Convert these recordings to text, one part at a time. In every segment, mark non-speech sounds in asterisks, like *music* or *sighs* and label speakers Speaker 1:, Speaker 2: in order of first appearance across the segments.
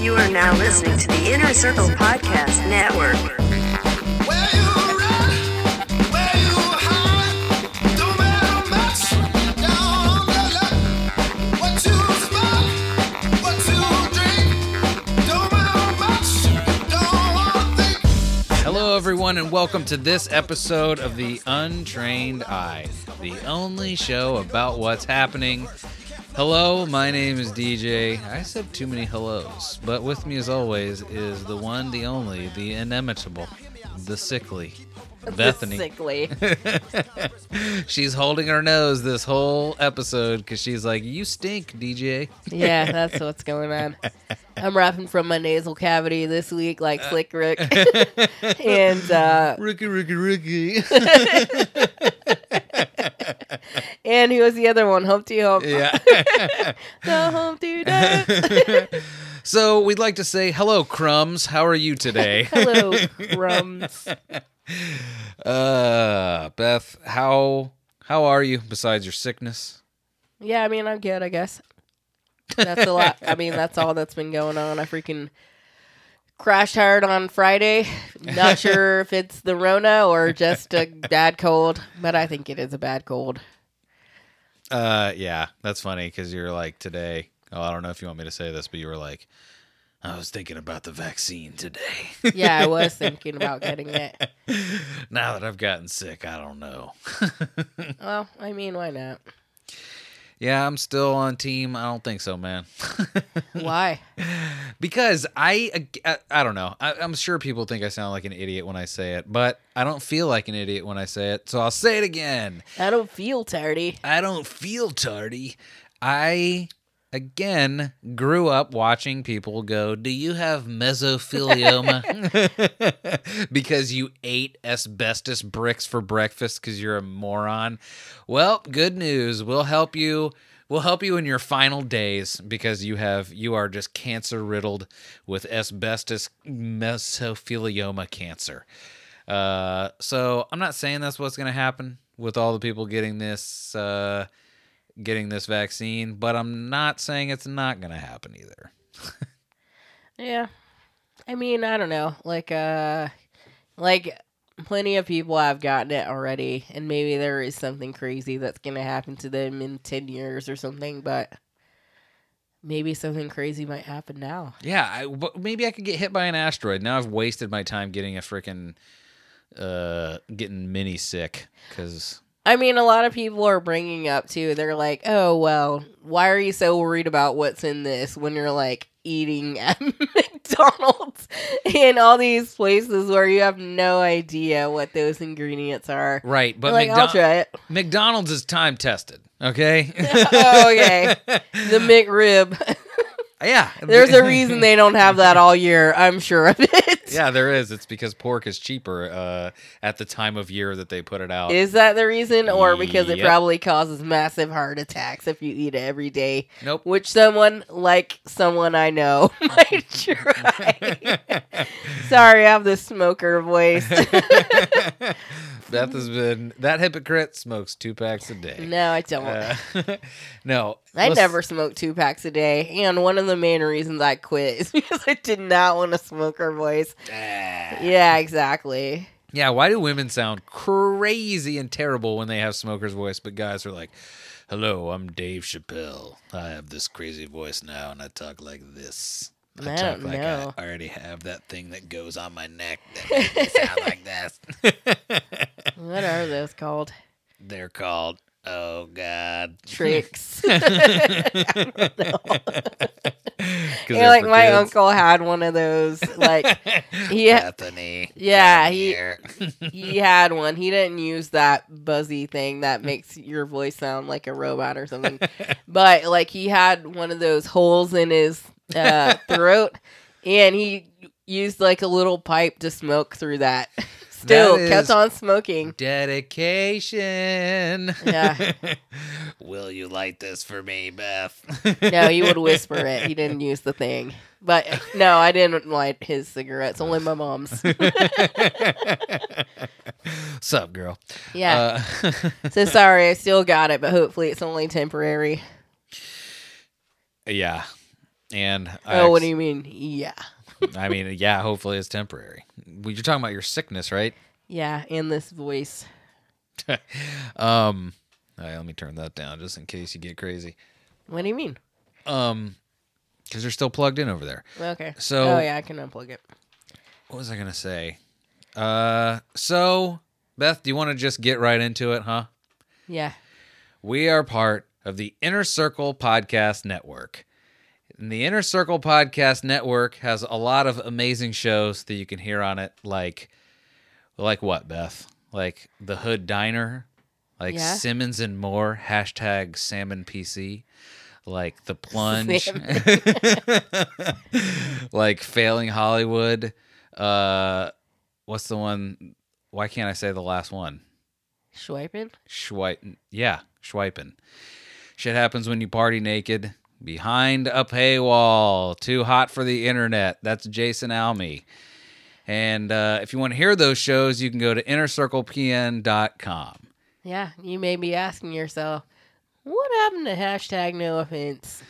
Speaker 1: You are now listening to the Inner Circle Podcast Network.
Speaker 2: Where you run, where you hide, don't matter much. Down the line, what you smoke, what you drink, don't matter much. Don't wanna think.
Speaker 3: Hello, everyone, and welcome to this episode of The Untrained Eye, the only show about what's happening. Hello, my name is DJ. I said too many hellos, but with me, as always, is the one, the only, the inimitable, the sickly, Bethany.
Speaker 4: Sickly.
Speaker 3: She's holding her nose this whole episode because she's like, You stink, DJ.
Speaker 4: Yeah, that's what's going on. I'm rapping from my nasal cavity this week, like Slick Rick. and uh,
Speaker 3: Rookie, rookie, rookie.
Speaker 4: and who was the other one?
Speaker 3: *laughs*
Speaker 4: Humpty
Speaker 3: *laughs*
Speaker 4: Hump.
Speaker 3: yeah.
Speaker 4: The Humpty Duck.
Speaker 3: So we'd like to say, Hello, Crumbs. How are you today?
Speaker 4: Hello, crumbs.
Speaker 3: Uh, Beth, how how are you besides your sickness?
Speaker 4: Yeah, I mean, I'm good, I guess. That's a lot. I mean, that's all that's been going on. I freaking crashed hard on Friday. Not sure if it's the Rona or just a bad cold, but I think it is a bad cold.
Speaker 3: Uh, yeah, that's funny because you're like today. Oh, I don't know if you want me to say this, but you were like, I was thinking about the vaccine *laughs* today.
Speaker 4: Yeah, I was thinking about getting it.
Speaker 3: now that I've gotten sick, I don't know.
Speaker 4: Well, I mean, why not?
Speaker 3: yeah, I'm still on team. I don't think so, man.
Speaker 4: *laughs*
Speaker 3: *laughs*
Speaker 4: Why?
Speaker 3: because I, I I don't know. I, I'm sure people think I sound like an idiot when I say it, but I don't feel like an idiot when I say it. So I'll say it again.
Speaker 4: I don't feel tardy.
Speaker 3: I don't feel tardy. I again grew up watching people go, "Do you have mesothelioma?" *laughs* because you ate asbestos bricks for breakfast cuz you're a moron. Well, good news. We'll help you We'll help you in your final days because you have you are just cancer riddled with asbestos mesothelioma cancer. Uh, so I'm not saying that's what's going to happen with all the people getting this uh, getting this vaccine, but I'm not saying it's not going to happen either.
Speaker 4: Yeah. I mean, I don't know. Like, uh, like plenty of people have gotten it already, and maybe there is something crazy that's gonna happen to them in ten years or something. But maybe something crazy might happen now.
Speaker 3: Yeah, I, but maybe I could get hit by an asteroid. Now I've wasted my time getting a freaking uh getting mini sick because
Speaker 4: I mean, a lot of people are bringing up too. They're like, "Oh well, why are you so worried about what's in this when you're like eating *laughs* at McDonald's and all these places where you have no idea what those ingredients are?"
Speaker 3: right, but
Speaker 4: like, I'll
Speaker 3: McDo-
Speaker 4: try it.
Speaker 3: McDonald's is time tested. Okay,
Speaker 4: *laughs*
Speaker 3: *laughs*
Speaker 4: oh, okay, the McRib.
Speaker 3: yeah, *laughs*
Speaker 4: There's a reason they don't have that all year. I'm sure of it.
Speaker 3: Yeah, there is. It's because pork is cheaper uh, at the time of year that they put it out.
Speaker 4: Is that the reason, or because it
Speaker 3: Yep.
Speaker 4: probably causes massive heart attacks if you eat it every day?
Speaker 3: nope.
Speaker 4: Which someone, like someone I know, *laughs*
Speaker 3: *laughs*
Speaker 4: might try. *laughs* Sorry, I have this smoker voice. *laughs*
Speaker 3: Beth has been that hypocrite smokes two packs a day.
Speaker 4: no, I don't.
Speaker 3: Uh, *laughs* no,
Speaker 4: I
Speaker 3: let's-
Speaker 4: never smoked two packs a day, and one of the main reasons I quit is *laughs* because I did not want a smoker voice. Yeah, exactly.
Speaker 3: Yeah, why do women sound crazy and terrible when they have smoker's voice, but guys are like, "Hello, I'm Dave Chappelle. I have this crazy voice now, and I talk like this." I,
Speaker 4: I
Speaker 3: talk
Speaker 4: don't
Speaker 3: like
Speaker 4: know.
Speaker 3: I already have that thing that goes on my neck that makes me
Speaker 4: *laughs*
Speaker 3: sound like this.
Speaker 4: What are
Speaker 3: *laughs*
Speaker 4: those called?
Speaker 3: They're called. Oh God. *laughs*
Speaker 4: *laughs* Tricks.
Speaker 3: Because
Speaker 4: Yeah, like my uncle had one of those. Like he,
Speaker 3: *laughs* Bethany.
Speaker 4: Yeah,
Speaker 3: down
Speaker 4: he-
Speaker 3: here.
Speaker 4: he had one. He didn't use that buzzy thing that makes your voice sound like a robot or something. but like he had one of those holes in his uh, throat, and he used like a little pipe to smoke through that. *laughs* Still
Speaker 3: That is-
Speaker 4: kept on smoking.
Speaker 3: dedication.
Speaker 4: Yeah.
Speaker 3: *laughs* Will you light this for me, Beth?
Speaker 4: No, he would whisper it. He didn't use the thing. But no, I didn't light his cigarettes. Only my
Speaker 3: *laughs*
Speaker 4: mom's.
Speaker 3: Sup, girl.
Speaker 4: *laughs* Yeah.
Speaker 3: Uh, *laughs*
Speaker 4: So sorry, I still got it, but hopefully it's only temporary.
Speaker 3: yeah. And
Speaker 4: oh, what do you mean? Yeah.
Speaker 3: *laughs* I mean, yeah, hopefully it's temporary. Well, You're talking about your sickness, right?
Speaker 4: Yeah, and this voice.
Speaker 3: Um, all right, let me turn that down just in case you get crazy.
Speaker 4: What do you mean?
Speaker 3: Um, because they're still plugged in over there.
Speaker 4: Okay.
Speaker 3: So-
Speaker 4: Oh yeah, I can unplug it.
Speaker 3: What was I gonna say? Uh, so Beth, do you want to just get right into it, huh?
Speaker 4: Yeah.
Speaker 3: We are part of the Inner Circle Podcast Network. And the Inner Circle Podcast Network has a lot of amazing shows that you can hear on it, like like what, Beth? Like The Hood Diner, like
Speaker 4: Yeah.
Speaker 3: Simmons and More, hashtag salmon PC, like The Plunge, *laughs* like Failing Hollywood. Uh what's the one why can't I say the last one?
Speaker 4: Swiping.
Speaker 3: Schweipen. Yeah, Schweipen. Shit happens when you party naked. Behind a paywall. Too hot for the internet. That's Jason Alme. And uh, if you want to hear those shows, you can go to innercirclepn.com.
Speaker 4: Yeah, you may be asking yourself, what happened to hashtag no offense?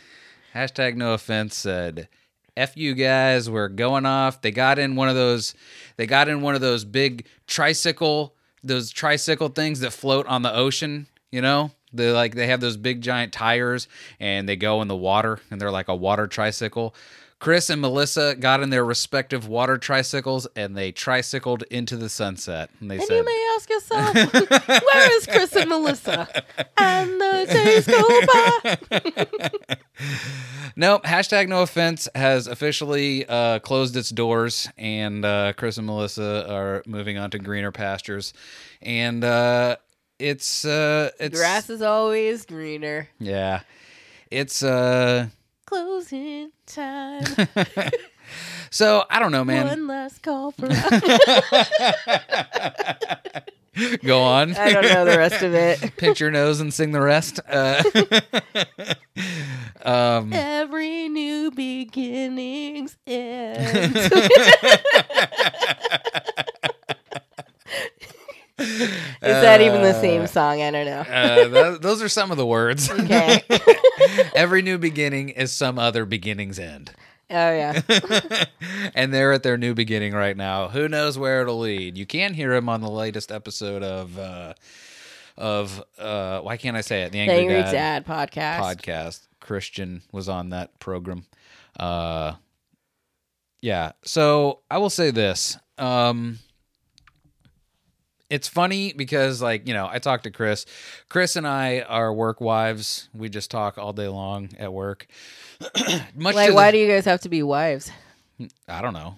Speaker 3: Hashtag no offense said, F you guys, we're going off. They got in one of those they got in one of those big tricycle those tricycle things that float on the ocean, you know? They like they have those big giant tires and they go in the water and they're like a water tricycle. Chris and Melissa got in their respective water tricycles and they tricycled into the sunset. And they
Speaker 4: And
Speaker 3: said
Speaker 4: you may ask yourself, where is Chris and Melissa? And the days go by.
Speaker 3: Nope. Hashtag no offense has officially uh, closed its doors, and uh, Chris and Melissa are moving on to greener pastures, and uh, it's uh, it's
Speaker 4: Grass is always greener.
Speaker 3: Yeah, it's uh.
Speaker 4: Closing time.
Speaker 3: So I don't know, man.
Speaker 4: One last call for *laughs* I
Speaker 3: Go on.
Speaker 4: don't know the rest of it.
Speaker 3: *laughs* Pinch your nose and sing the rest. Uh, *laughs* um,
Speaker 4: Every new beginning's *laughs* end. Is that even the same song? I don't know.
Speaker 3: uh, th- those are some of the
Speaker 4: *laughs*
Speaker 3: words. *laughs*
Speaker 4: Okay. oh
Speaker 3: Every new beginning is some other beginning's end.
Speaker 4: yeah.
Speaker 3: *laughs* and they're at their new beginning right now. Who knows where it'll lead? You can hear him on the latest episode of uh of uh why can't I say it? The
Speaker 4: The
Speaker 3: Angry,
Speaker 4: Angry
Speaker 3: Dad,
Speaker 4: Dad podcast.
Speaker 3: podcast. Christian was on that program. Uh yeah. So I will say this. Um it's funny because like, you know, I talked to Chris. Chris and I are work wives. We just talk all day long at work. *clears throat* Much
Speaker 4: like,
Speaker 3: to
Speaker 4: why
Speaker 3: the-
Speaker 4: do you guys have to be wives?
Speaker 3: I don't know.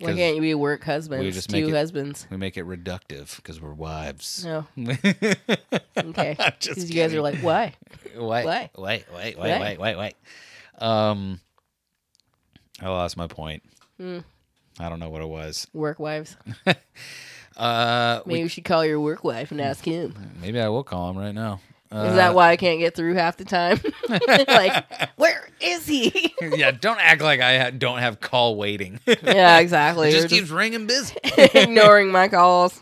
Speaker 4: Why
Speaker 3: 'Cause
Speaker 4: can't you be work husbands?
Speaker 3: we just make
Speaker 4: Two
Speaker 3: it-
Speaker 4: husbands.
Speaker 3: We make it reductive because we're wives. *laughs*
Speaker 4: No. Okay.
Speaker 3: Just
Speaker 4: Because you guys are
Speaker 3: kidding.
Speaker 4: like, why?
Speaker 3: Wait,
Speaker 4: Why?
Speaker 3: wait, wait, wait,
Speaker 4: Why?
Speaker 3: wait, wait, wait. Um, I lost my point.
Speaker 4: Hmm.
Speaker 3: I don't know what it was.
Speaker 4: Work wives.
Speaker 3: Uh, *laughs* we-
Speaker 4: Maybe you should call your work wife and ask him.
Speaker 3: maybe I will call him right now. Uh,
Speaker 4: Is that why I can't get through half
Speaker 3: *laughs*
Speaker 4: the time? *laughs* like, where is he?
Speaker 3: yeah, don't act like I ha- don't have call waiting. *laughs* it
Speaker 4: yeah, exactly.
Speaker 3: just
Speaker 4: You're
Speaker 3: keeps ringing busy.
Speaker 4: just ignoring my calls.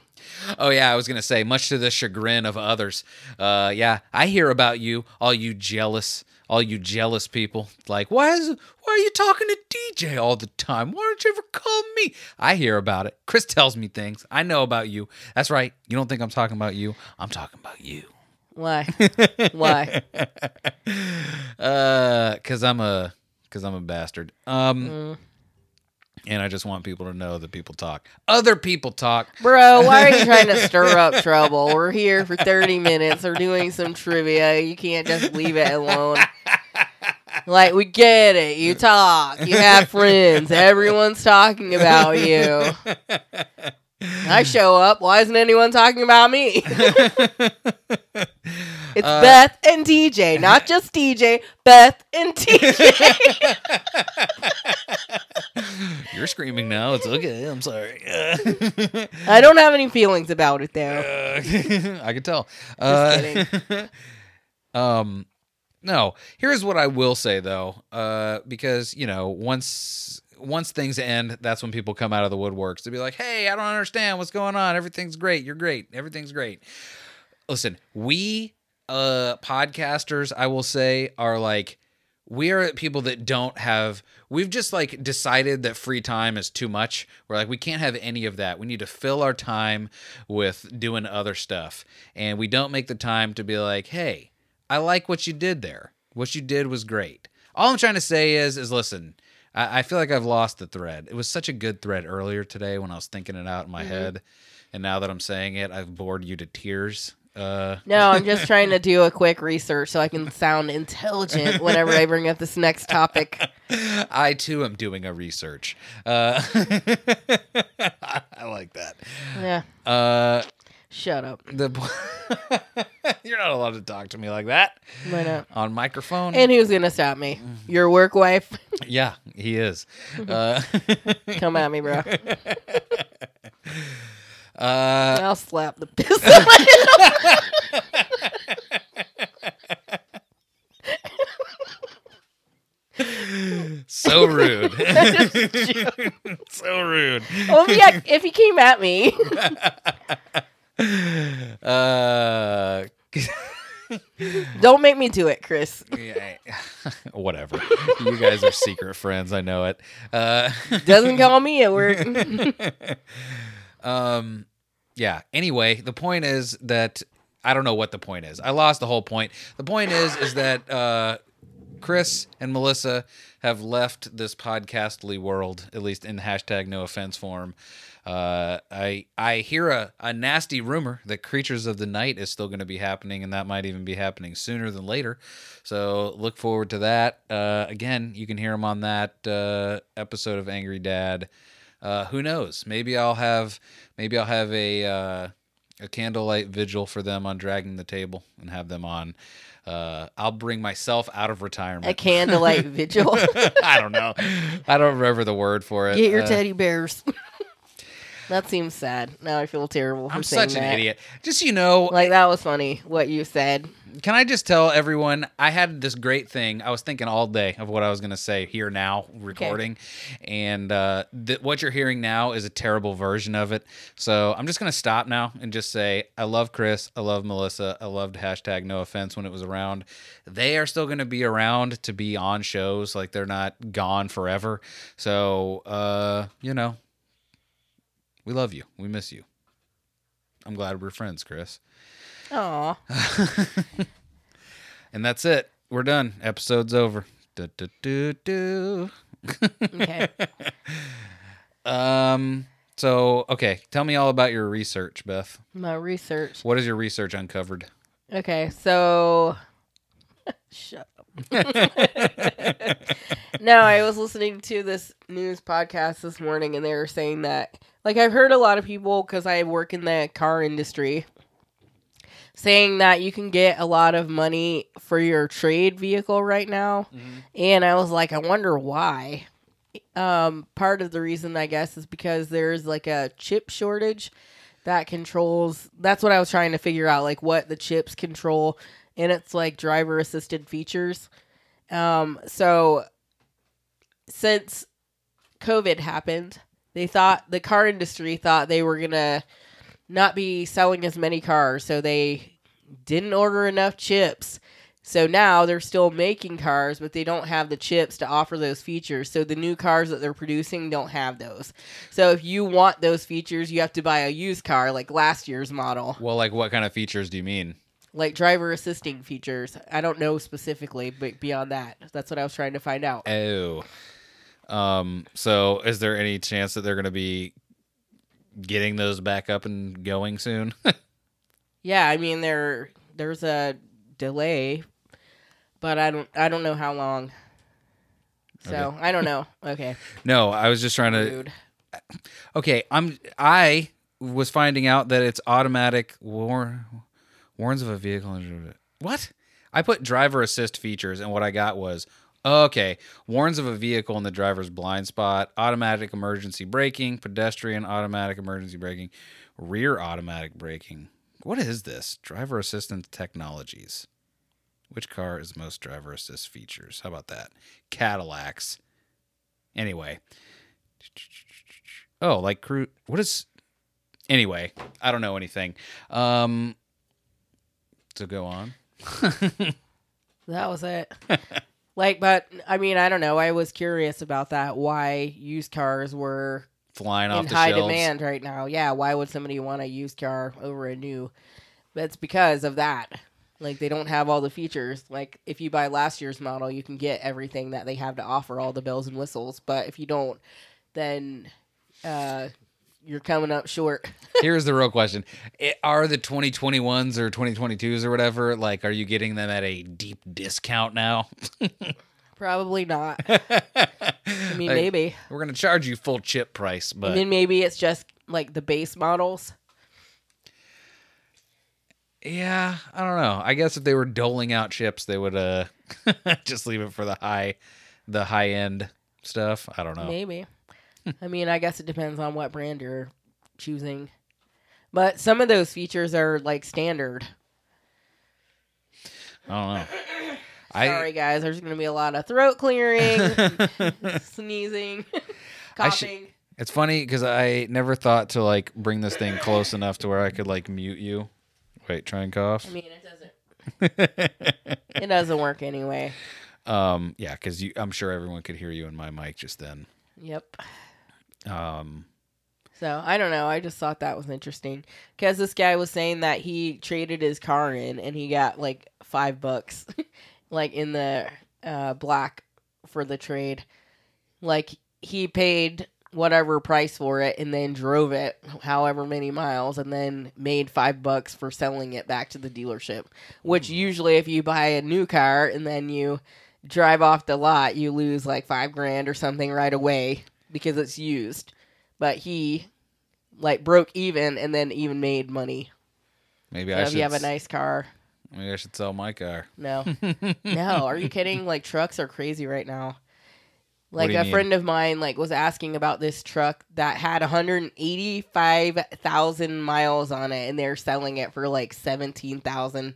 Speaker 3: Oh yeah, I was gonna say, much to the chagrin of others. Uh, yeah, I hear about you, all you jealous, all you jealous people. Like, why is, why are you talking to DJ all the time? Why don't you ever call me? I hear about it. Chris tells me things. I know about you. That's right. You don't think I'm talking about you? I'm talking about you.
Speaker 4: Why? why?
Speaker 3: Uh, cause I'm a, cause I'm a bastard. Um. And I just want people to know that people talk. Other people talk.
Speaker 4: Bro, why are you trying to stir up trouble? We're here for 30 minutes. We're doing some trivia. You can't just leave it alone. Like, we get it. You talk. You have friends. Everyone's talking about you. I show up. Why isn't anyone talking about me? It's Beth and DJ, not just DJ, Beth and DJ.
Speaker 3: You're screaming now. It's okay. I'm sorry. *laughs*
Speaker 4: I don't have any feelings about it, though.
Speaker 3: Uh, *laughs* I could tell. Uh,
Speaker 4: kidding.
Speaker 3: *laughs* um, no. Here's what I will say though, uh, because you know, once once things end, that's when people come out of the woodworks to be like, "Hey, I don't understand what's going on. Everything's great. You're great. Everything's great." Listen, we uh podcasters, I will say, are like we are people that don't have we've just like decided that free time is too much we're like we can't have any of that we need to fill our time with doing other stuff and we don't make the time to be like hey i like what you did there what you did was great all i'm trying to say is is listen i, I feel like i've lost the thread it was such a good thread earlier today when i was thinking it out in my head and now that i'm saying it i've bored you to tears uh
Speaker 4: No, I'm just trying to do a quick research so I can sound intelligent whenever I bring up this next
Speaker 3: *laughs*
Speaker 4: topic.
Speaker 3: I too am doing a research. Uh, *laughs* I like that.
Speaker 4: Yeah,
Speaker 3: Uh,
Speaker 4: shut up.
Speaker 3: the *laughs* you're not allowed to talk to me like that
Speaker 4: Why not?
Speaker 3: on microphone.
Speaker 4: And who's gonna stop me? Your work wife?
Speaker 3: yeah, he is. Uh,
Speaker 4: Come at me, bro.
Speaker 3: *laughs* uh,
Speaker 4: I'll slap the piss out of you.
Speaker 3: so rude.
Speaker 4: That
Speaker 3: *laughs*
Speaker 4: is true.
Speaker 3: so rude.
Speaker 4: Well, if he- if he came
Speaker 3: *laughs*
Speaker 4: at me,
Speaker 3: Uh,
Speaker 4: don't make me do it, Chris.
Speaker 3: yeah, *laughs* whatever. You guys are secret friends. I know it. Uh, *laughs*
Speaker 4: Doesn't call me at work.
Speaker 3: um yeah anyway the point is that i don't know what the point is i lost the whole point the point is is that uh chris and melissa have left this podcastly world at least in hashtag no offense form uh i i hear a, a nasty rumor that creatures of the night is still going to be happening and that might even be happening sooner than later so look forward to that uh again you can hear them on that uh episode of angry dad uh, who knows? Maybe I'll have maybe I'll have a uh, a candlelight vigil for them on dragging the table and have them on. Uh, I'll bring myself out of
Speaker 4: A
Speaker 3: retirement. *laughs*
Speaker 4: candlelight vigil.
Speaker 3: I don't know. I don't remember the word for it.
Speaker 4: Get your
Speaker 3: Uh,
Speaker 4: teddy bears. that seems sad. Now I feel terrible. For
Speaker 3: I'm
Speaker 4: saying
Speaker 3: such an
Speaker 4: that.
Speaker 3: idiot. Just so you know,
Speaker 4: Like that was funny what you said.
Speaker 3: can I just tell everyone I had this great thing. I was thinking all day of what I was going to say here now, recording, and uh, th- what you're hearing now is a terrible version of it. So I'm just going to stop now and just say I love Chris, I love Melissa, I loved hashtag No Offense when it was around. They are still going to be around to be on shows, like they're not gone forever. So uh, you know, we love you, we miss you. I'm glad we're friends, Chris.
Speaker 4: Aw.
Speaker 3: And that's it. We're done. Episode's over. Du, du, du, du.
Speaker 4: Okay.
Speaker 3: Um. So okay, tell me all about your research, Beth.
Speaker 4: My research.
Speaker 3: What has your research uncovered?
Speaker 4: Okay, so *laughs* shut up. *laughs* no, I was listening to this news podcast this morning, and they were saying that, like, I've heard a lot of people because I work in the car industry, saying that you can get a lot of money for your trade vehicle right now, and I was like, I wonder why. Um, part of the reason, I guess, is because there's like a chip shortage that controls that's what I was trying to figure out like what the chips control and it's like driver assisted features. Um so since COVID happened, they thought the car industry thought they were going to not be selling as many cars, so they didn't order enough chips. So now they're still making cars, but they don't have the chips to offer those features. So the new cars that they're producing don't have those. So if you want those features, you have to buy a used car like last year's model,
Speaker 3: Well, like what kind of features do you mean?
Speaker 4: like driver assisting features. I don't know specifically, but beyond that, that's what I was trying to find out.
Speaker 3: Oh. Um. So is there any chance that they're going to be getting those back up and going soon? *laughs*
Speaker 4: Yeah, I mean there there's a delay, but I don't I don't know how long. So,
Speaker 3: Okay. Uh,
Speaker 4: I don't know. Okay.
Speaker 3: no, I was just trying to.
Speaker 4: Rude.
Speaker 3: Okay, I'm I was finding out that it's automatic war, warns of a vehicle. injury. What? I put driver assist features, and what I got was okay warns of a vehicle in the driver's blind spot, automatic emergency braking, pedestrian automatic emergency braking, rear automatic braking. What is this? Driver assistance technologies. Which car is most driver assist features? How about that? Cadillacs. Anyway, oh like cru what is anyway i don't know anything um so go on
Speaker 4: That was it. *laughs* Like, but I mean, I don't know. I was curious about that. Why used cars were
Speaker 3: Flying off
Speaker 4: in
Speaker 3: the
Speaker 4: high
Speaker 3: shelves.
Speaker 4: demand right now? Yeah, why would somebody want a used car over a new? That's because of that. Like, they don't have all the features. Like, if you buy last year's model, you can get everything that they have to offer, all the bells and whistles. But if you don't, then uh, you're coming up short.
Speaker 3: *laughs* Here's the real question: I- Are the 2021s or 2022s or whatever like? Are you getting them at a deep discount now? *laughs*
Speaker 4: Probably not. I mean,
Speaker 3: Like,
Speaker 4: maybe.
Speaker 3: we're gonna charge you full chip price, but
Speaker 4: I mean, maybe it's just like the base models.
Speaker 3: yeah, I don't know. I guess if they were doling out chips, they would uh *laughs* just leave it for the high, the high end stuff. I don't know. *laughs*
Speaker 4: Maybe. I mean, I guess it depends on what brand you're choosing. But some of those features are like standard.
Speaker 3: I don't know.
Speaker 4: *coughs* Sorry, guys. There's going to be a lot of throat
Speaker 3: *laughs*
Speaker 4: clearing, sneezing,
Speaker 3: I should-
Speaker 4: *laughs* coughing.
Speaker 3: It's funny because I never thought to like bring this thing close enough to where I could like mute you. Wait, try and cough.
Speaker 4: I mean, it doesn't. it doesn't work anyway.
Speaker 3: Um, yeah, because you, I'm sure everyone could hear you in my mic just then.
Speaker 4: Yep.
Speaker 3: Um,
Speaker 4: So I don't know. I just thought that was interesting because this guy was saying that he traded his car in and he got like five bucks, *laughs* like in the uh, black for the trade. Like he paid whatever price for it and then drove it however many miles and then made five bucks for selling it back to the dealership. Which usually, if you buy a new car and then you drive off the lot, you lose like five grand or something right away because it's used but he like broke even and then even made money.
Speaker 3: maybe
Speaker 4: So
Speaker 3: I
Speaker 4: if
Speaker 3: should.
Speaker 4: you have a
Speaker 3: s-
Speaker 4: nice car,
Speaker 3: Maybe I should sell my car. *laughs*
Speaker 4: no, no, are you kidding? Like trucks are crazy right now.
Speaker 3: What
Speaker 4: Like
Speaker 3: do
Speaker 4: a
Speaker 3: you mean?
Speaker 4: friend of mine like was asking about this truck that had 185,000 miles on it and they're selling it for like 17,000.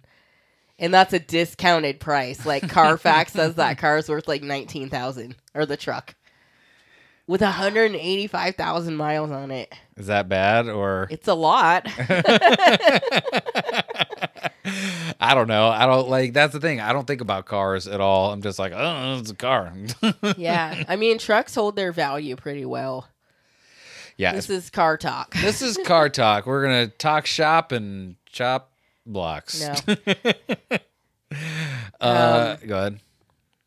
Speaker 4: And that's a discounted
Speaker 3: *laughs*
Speaker 4: price. Like Carfax says that car's worth like 19,000 or the truck. With 185,000 miles on it.
Speaker 3: Is that bad or?
Speaker 4: It's a
Speaker 3: *laughs*
Speaker 4: lot.
Speaker 3: I don't know. I don't like. That's the thing. I don't think about cars at all. I'm just like, oh, it's a car. *laughs*
Speaker 4: yeah. *laughs* I mean, trucks hold their value pretty well.
Speaker 3: yeah.
Speaker 4: This
Speaker 3: This,
Speaker 4: is car
Speaker 3: *laughs*
Speaker 4: talk.
Speaker 3: this is car talk. We're gonna talk shop and chop blocks.
Speaker 4: No. Um,
Speaker 3: Uh, go ahead.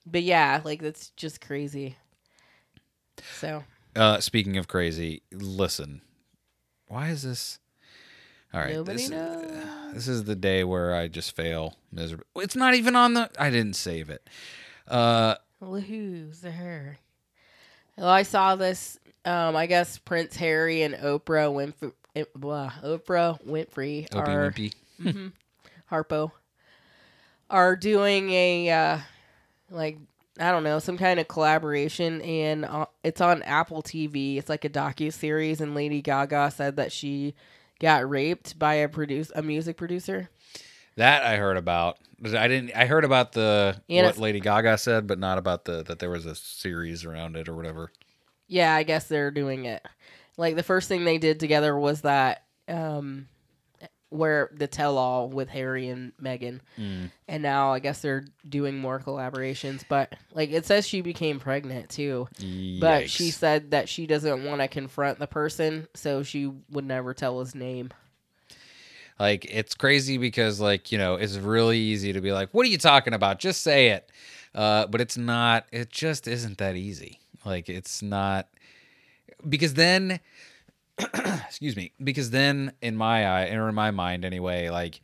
Speaker 4: But yeah, like that's just crazy. So,
Speaker 3: Uh, speaking of crazy, listen. Why is this? All right.
Speaker 4: nobody
Speaker 3: this,
Speaker 4: knows.
Speaker 3: *sighs* This is the day where I just fail miserably. It's not even on the. I didn't save it. Uh,
Speaker 4: Well, Who's her? Well, I saw this. Um, I guess Prince Harry and Oprah Winfrey, blah, Oprah Winfrey
Speaker 3: Opie
Speaker 4: are
Speaker 3: Wimpy.
Speaker 4: Harpo are doing a uh, like I don't know some kind of collaboration, and uh, it's on Apple TV. It's like a docu series, and Lady Gaga said that she got raped by a produce a music producer.
Speaker 3: That I heard about. I didn't. I heard about the
Speaker 4: Yeah,
Speaker 3: what
Speaker 4: it's-
Speaker 3: Lady Gaga said, but not about the that there was a series around it or whatever.
Speaker 4: Yeah, I guess they're doing it. Like the first thing they did together was that um where the tell all with Harry and Meghan. And now I guess they're doing more collaborations, but like it says she became pregnant too. But she
Speaker 3: Yikes.
Speaker 4: said that she doesn't want to confront the person, so she would never tell his name.
Speaker 3: like it's crazy because like you know it's really easy to be like, what are you talking about? Just say it. Uh, but it's not. It just isn't that easy. Like it's not because then *clears throat* excuse me because then in my eye or in my mind anyway like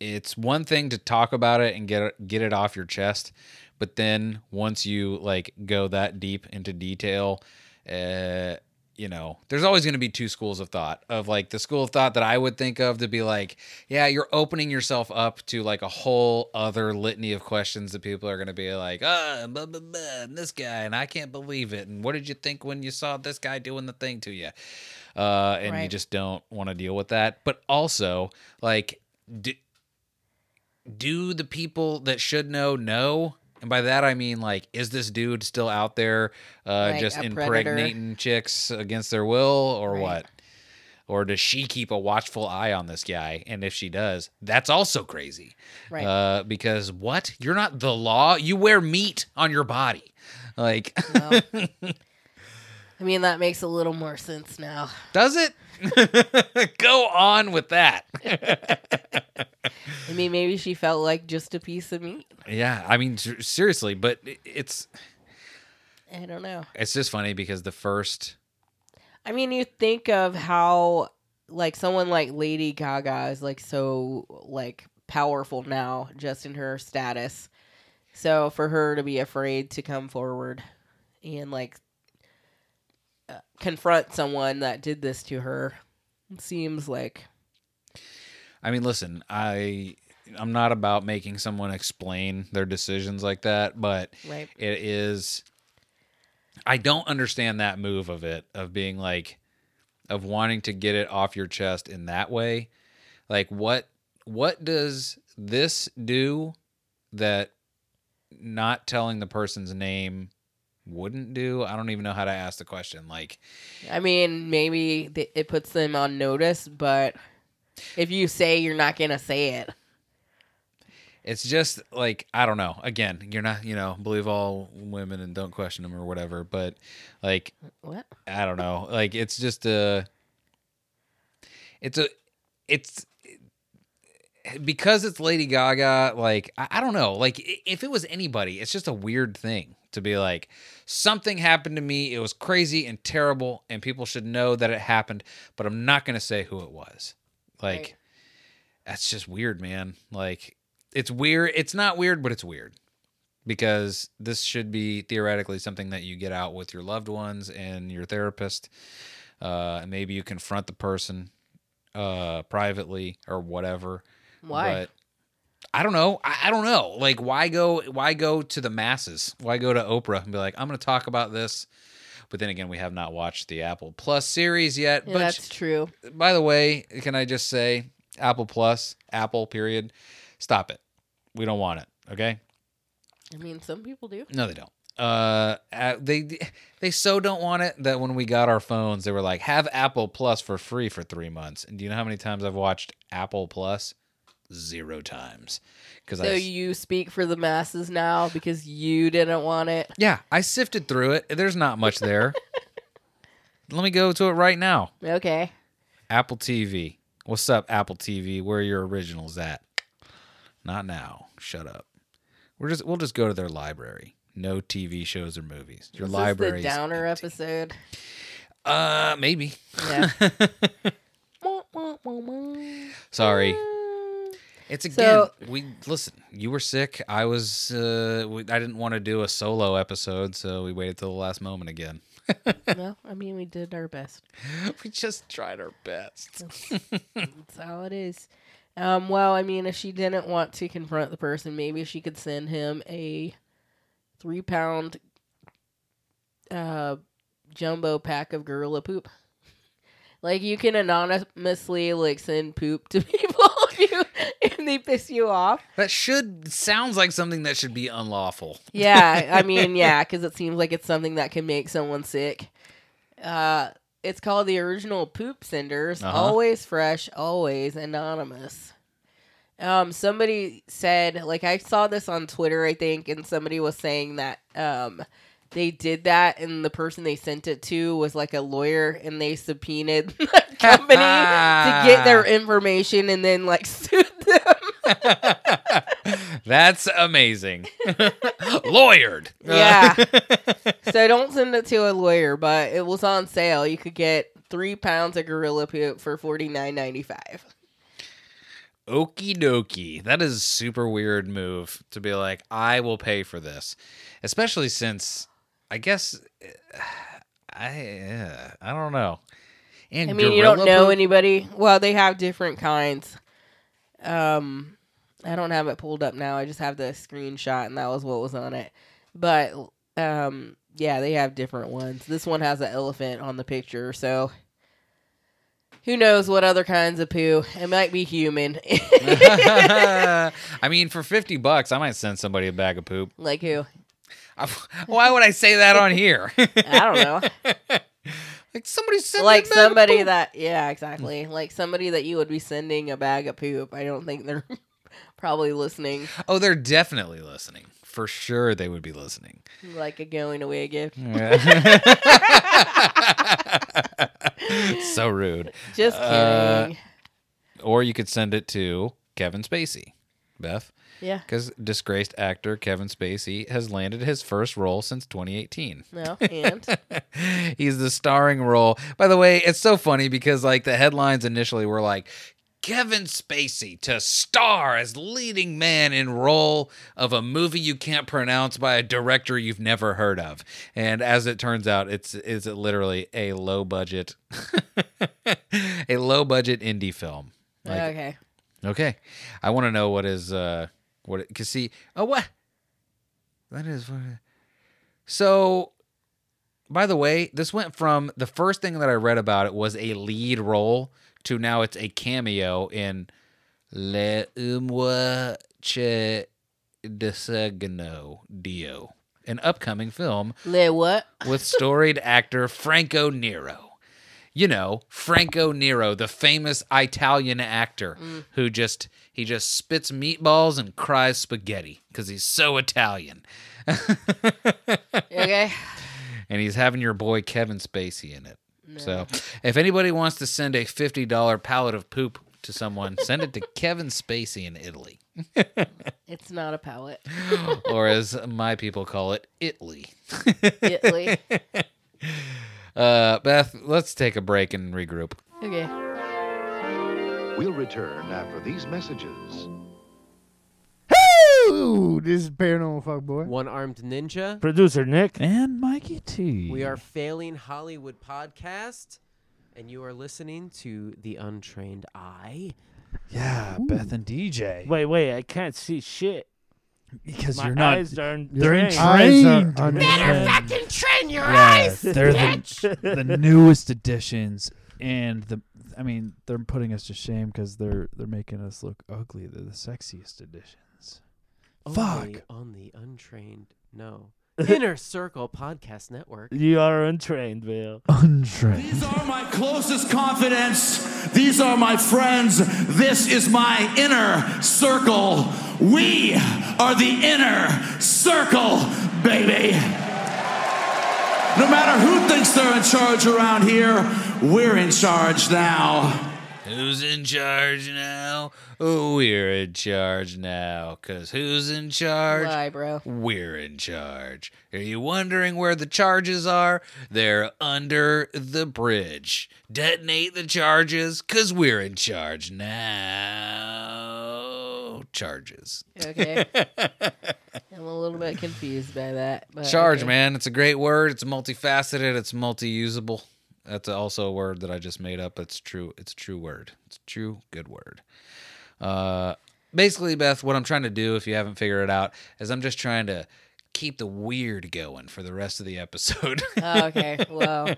Speaker 3: it's one thing to talk about it and get it- get it off your chest but then once you like go that deep into detail uh you know there's always going to be two schools of thought of like the school of thought that i would think of to be like yeah you're opening yourself up to like a whole other litany of questions that people are going to be like ah blah, blah, blah, and this guy and i can't believe it and what did you think when you saw this guy doing the thing to you uh, and you
Speaker 4: Right.
Speaker 3: just don't want to deal with that. But also, like, do, do the people that should know know? And by that I mean, like, is this dude still out there uh,
Speaker 4: Like
Speaker 3: just
Speaker 4: a predator.
Speaker 3: impregnating chicks against their will or
Speaker 4: Right.
Speaker 3: what? Or does she keep a watchful eye on this guy? And if she does, that's also crazy.
Speaker 4: Right.
Speaker 3: Uh, because what? You're not the law. You wear meat on your body. Like, *laughs*
Speaker 4: I mean, that makes a little more sense now.
Speaker 3: does it? *laughs* Go on with that. *laughs*
Speaker 4: I mean, maybe she felt like just a piece of meat.
Speaker 3: yeah. I mean, ser- seriously, but it- it's
Speaker 4: I don't know.
Speaker 3: it's just funny because the first
Speaker 4: I mean, you think of how like someone like Lady Gaga is like so like powerful now just in her status. So for her to be afraid to come forward and like uh, confront someone that did this to her it seems like
Speaker 3: I mean, listen, I I'm not about making someone explain their decisions like that, but
Speaker 4: right
Speaker 3: it is I don't understand that move of it of being like of wanting to get it off your chest in that way. Like what what does this do that not telling the person's name wouldn't do? I don't even know how to ask the question. Like
Speaker 4: I mean, maybe th- it puts them on notice, but if you say you're not going to say it,
Speaker 3: it's just like i don't know again you're not you know believe all women and don't question them or whatever but like
Speaker 4: what?
Speaker 3: i don't know like it's just a it's a it's because it's lady gaga like i, I don't know like i- if it was anybody it's just a weird thing to be like something happened to me it was crazy and terrible and people should know that it happened but i'm not going to say who it was like
Speaker 4: Right.
Speaker 3: that's just weird man like it's weird it's not weird but it's weird because this should be theoretically something that you get out with your loved ones and your therapist uh and maybe you confront the person uh privately or whatever
Speaker 4: Why?
Speaker 3: but i don't know I, I don't know like why go why go to the masses why go to oprah and be like i'm gonna talk about this but then again we have not watched the apple plus series yet
Speaker 4: Yeah,
Speaker 3: but
Speaker 4: that's true.
Speaker 3: by the way, can I just say Apple Plus, Apple period, stop it. We don't want it. Okay?
Speaker 4: I mean, some people do.
Speaker 3: No, they don't. Uh, uh, they they so don't want it that when we got our phones, they were like, "Have Apple Plus for free for three months." And do you know how many times I've watched Apple Plus? Zero times. Because
Speaker 4: So
Speaker 3: I
Speaker 4: you speak for the masses now because you didn't want it.
Speaker 3: yeah, I sifted through it. There's not much
Speaker 4: *laughs*
Speaker 3: there. Let me go to it right now.
Speaker 4: Okay.
Speaker 3: Apple TV. What's up, Apple TV? Where are your originals at? Not now. Shut up. We're just we'll just go to their library. No TV shows or movies. Your
Speaker 4: Is this
Speaker 3: library.
Speaker 4: the downer episode.
Speaker 3: Uh, maybe.
Speaker 4: Yeah. Wah, wah, wah, wah. *laughs*
Speaker 3: Sorry. It's again.
Speaker 4: So-
Speaker 3: we listen. You were sick. I was. Uh, we, I didn't want to do a solo episode, so we waited till the last moment again. *laughs*
Speaker 4: no, I mean, we did our best.
Speaker 3: We just tried our best.
Speaker 4: That's how it is. Um, well, I mean, if she didn't want to confront the person, maybe she could send him a three pound uh, jumbo pack of gorilla poop. *laughs* Like you can anonymously like send poop to *laughs* people if, you, if they piss you off.
Speaker 3: That should sounds like something that should be unlawful.
Speaker 4: Yeah, I mean, yeah, because it seems like it's something that can make someone sick. Uh, it's called the original poop senders.
Speaker 3: Uh-huh.
Speaker 4: Always fresh, always anonymous. Um, somebody said, like, I saw this on Twitter, I think, and somebody was saying that um, they did that, and the person they sent it to was like a lawyer, and they subpoenaed *laughs* the company to get their information, and then like *laughs* sued them.
Speaker 3: That's amazing. *laughs* Lawyered.
Speaker 4: Yeah.
Speaker 3: Uh,
Speaker 4: so don't send it to a lawyer, but it was on sale. You could get three pounds of gorilla poop for forty nine ninety five.
Speaker 3: *laughs* Okie dokie. That is a super weird move to be like, I will pay for this. Especially since, I guess, *sighs* uh, I, uh, I don't know. And
Speaker 4: I mean, you don't
Speaker 3: gorilla
Speaker 4: know
Speaker 3: poop-
Speaker 4: anybody. Well, they have different kinds. Um, I don't have it pulled up now. I just have the screenshot, and that was what was on it. But um, yeah, they have different ones. This one has an elephant on the picture, so. Who knows what other kinds of poo? It might be human.
Speaker 3: *laughs*
Speaker 4: *laughs*
Speaker 3: I mean, for 50 bucks, I might send somebody a bag of poop.
Speaker 4: like who?
Speaker 3: Why would I say that on here? *laughs*
Speaker 4: I don't know.
Speaker 3: Like somebody
Speaker 4: *laughs*
Speaker 3: sent
Speaker 4: like
Speaker 3: me a bag of
Speaker 4: somebody
Speaker 3: poop.
Speaker 4: that yeah exactly like somebody that you would be sending a bag of poop i don't think they're *laughs* probably listening
Speaker 3: Oh, they're definitely listening. For sure, they would be listening.
Speaker 4: like a going away gift
Speaker 3: *laughs* so rude.
Speaker 4: just
Speaker 3: Uh,
Speaker 4: kidding
Speaker 3: Or you could send it to Kevin Spacey, Beth,
Speaker 4: yeah
Speaker 3: because disgraced actor Kevin Spacey has landed his first role since 2018.
Speaker 4: no *laughs* and
Speaker 3: *laughs* He's the starring role. By the way, it's so funny because like the headlines initially were like Kevin Spacey to star as leading man in role of a movie you can't pronounce by a director you've never heard of. And as it turns out, it's is it literally a low budget *laughs* a low budget indie film. Like
Speaker 4: okay
Speaker 3: Okay, I want to know what is uh what it- cause see oh what that is what- so. By the way, this went from the first thing that I read about it was a lead role to now it's a cameo in Le Umwa Che Desegno Dio, an upcoming film
Speaker 4: Le what
Speaker 3: with storied actor Franco Nero. You know, Franco Nero, the famous Italian actor who just he just spits meatballs and cries spaghetti cuz he's so Italian.
Speaker 4: okay
Speaker 3: And he's having your boy Kevin Spacey in it. So, if anybody wants to send a $50 pallet of poop to someone, send it to Kevin Spacey in Italy,
Speaker 4: *laughs* it's not a pallet *laughs*
Speaker 3: or as my people call it, Italy.
Speaker 4: Italy.
Speaker 3: Uh, Beth, let's take a break and regroup.
Speaker 4: okay
Speaker 5: We'll return after these messages.
Speaker 6: Ooh, this is paranormal fuck boy.
Speaker 7: One Armed Ninja.
Speaker 6: Producer Nick.
Speaker 8: And Mikey T.
Speaker 7: We are failing Hollywood podcast, and you are listening to The Untrained Eye.
Speaker 8: Yeah, Beth and DJ.
Speaker 9: Wait, wait, I can't see shit.
Speaker 8: because
Speaker 9: My
Speaker 8: you're not.
Speaker 9: eyes are in
Speaker 8: they're
Speaker 9: trained.
Speaker 6: Eyes are
Speaker 8: entrained.
Speaker 6: untrained. Better
Speaker 8: fucking train your eyes. They're the,
Speaker 10: *laughs*
Speaker 8: the newest additions, and the I mean they're putting us to shame because they're they're making us look ugly. They're the sexiest additions.
Speaker 10: Oh,
Speaker 7: Only
Speaker 8: Fuck.
Speaker 7: On the Untrained, no. *laughs* Inner Circle Podcast Network.
Speaker 9: *laughs* You are untrained, Bill.
Speaker 8: Untrained.
Speaker 11: These are my closest confidants. These are my friends. This is my inner circle. We are the inner circle, baby. No matter who thinks they're in charge around here, we're in charge now.
Speaker 3: Who's in charge now? Oh, we're in charge now. Cause who's in charge?
Speaker 4: Why, bro?
Speaker 3: We're in charge. Are you wondering where the charges are? They're under the bridge. Detonate the charges, cause we're in charge now. Charges.
Speaker 4: *laughs* Okay. I'm a little bit confused by that. But
Speaker 3: Charge,
Speaker 4: Uh, okay.
Speaker 3: man. It's a great word. It's multifaceted. It's multi-usable. That's also a word that I just made up. It's true. It's a true word. It's a true good word. Uh, basically, Beth, what I'm trying to do, if you haven't figured it out, is I'm just trying to keep the weird going for the rest of the episode. *laughs*
Speaker 4: Oh, okay. *laughs* Well,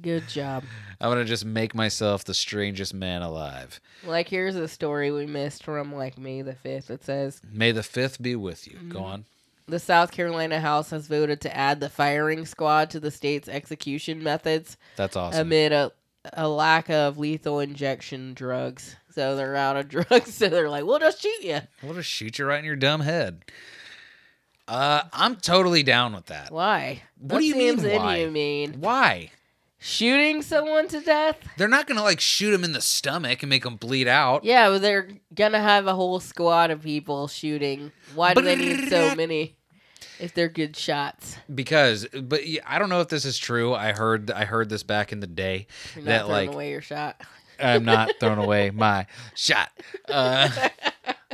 Speaker 4: good job.
Speaker 3: I'm gonna just make myself the strangest man alive.
Speaker 4: Like, here's a story we missed from like May the 5th. It says
Speaker 3: May the fifth be with you.
Speaker 4: Mm-hmm.
Speaker 3: Go on.
Speaker 4: the South Carolina House has voted to add the firing squad to the state's execution methods
Speaker 3: That's awesome.
Speaker 4: amid a, a lack of lethal injection drugs. So they're out of *laughs* drugs. So they're like, we'll just shoot you.
Speaker 3: we'll just shoot you right in your dumb head. Uh, I'm totally down with that.
Speaker 4: Why? What
Speaker 3: do you mean, why?
Speaker 4: You mean
Speaker 3: Why?
Speaker 4: shooting someone to death?
Speaker 3: They're not gonna like shoot him in the stomach and make him bleed out.
Speaker 4: Yeah, but they're gonna have a whole squad of people shooting. Why do they need so many if they're good shots?
Speaker 3: Because, but yeah, I don't know if this is true. I heard I heard this back in the day
Speaker 4: You're not
Speaker 3: that
Speaker 4: throwing
Speaker 3: like
Speaker 4: away your shot.
Speaker 3: I'm not throwing away my shot. Uh,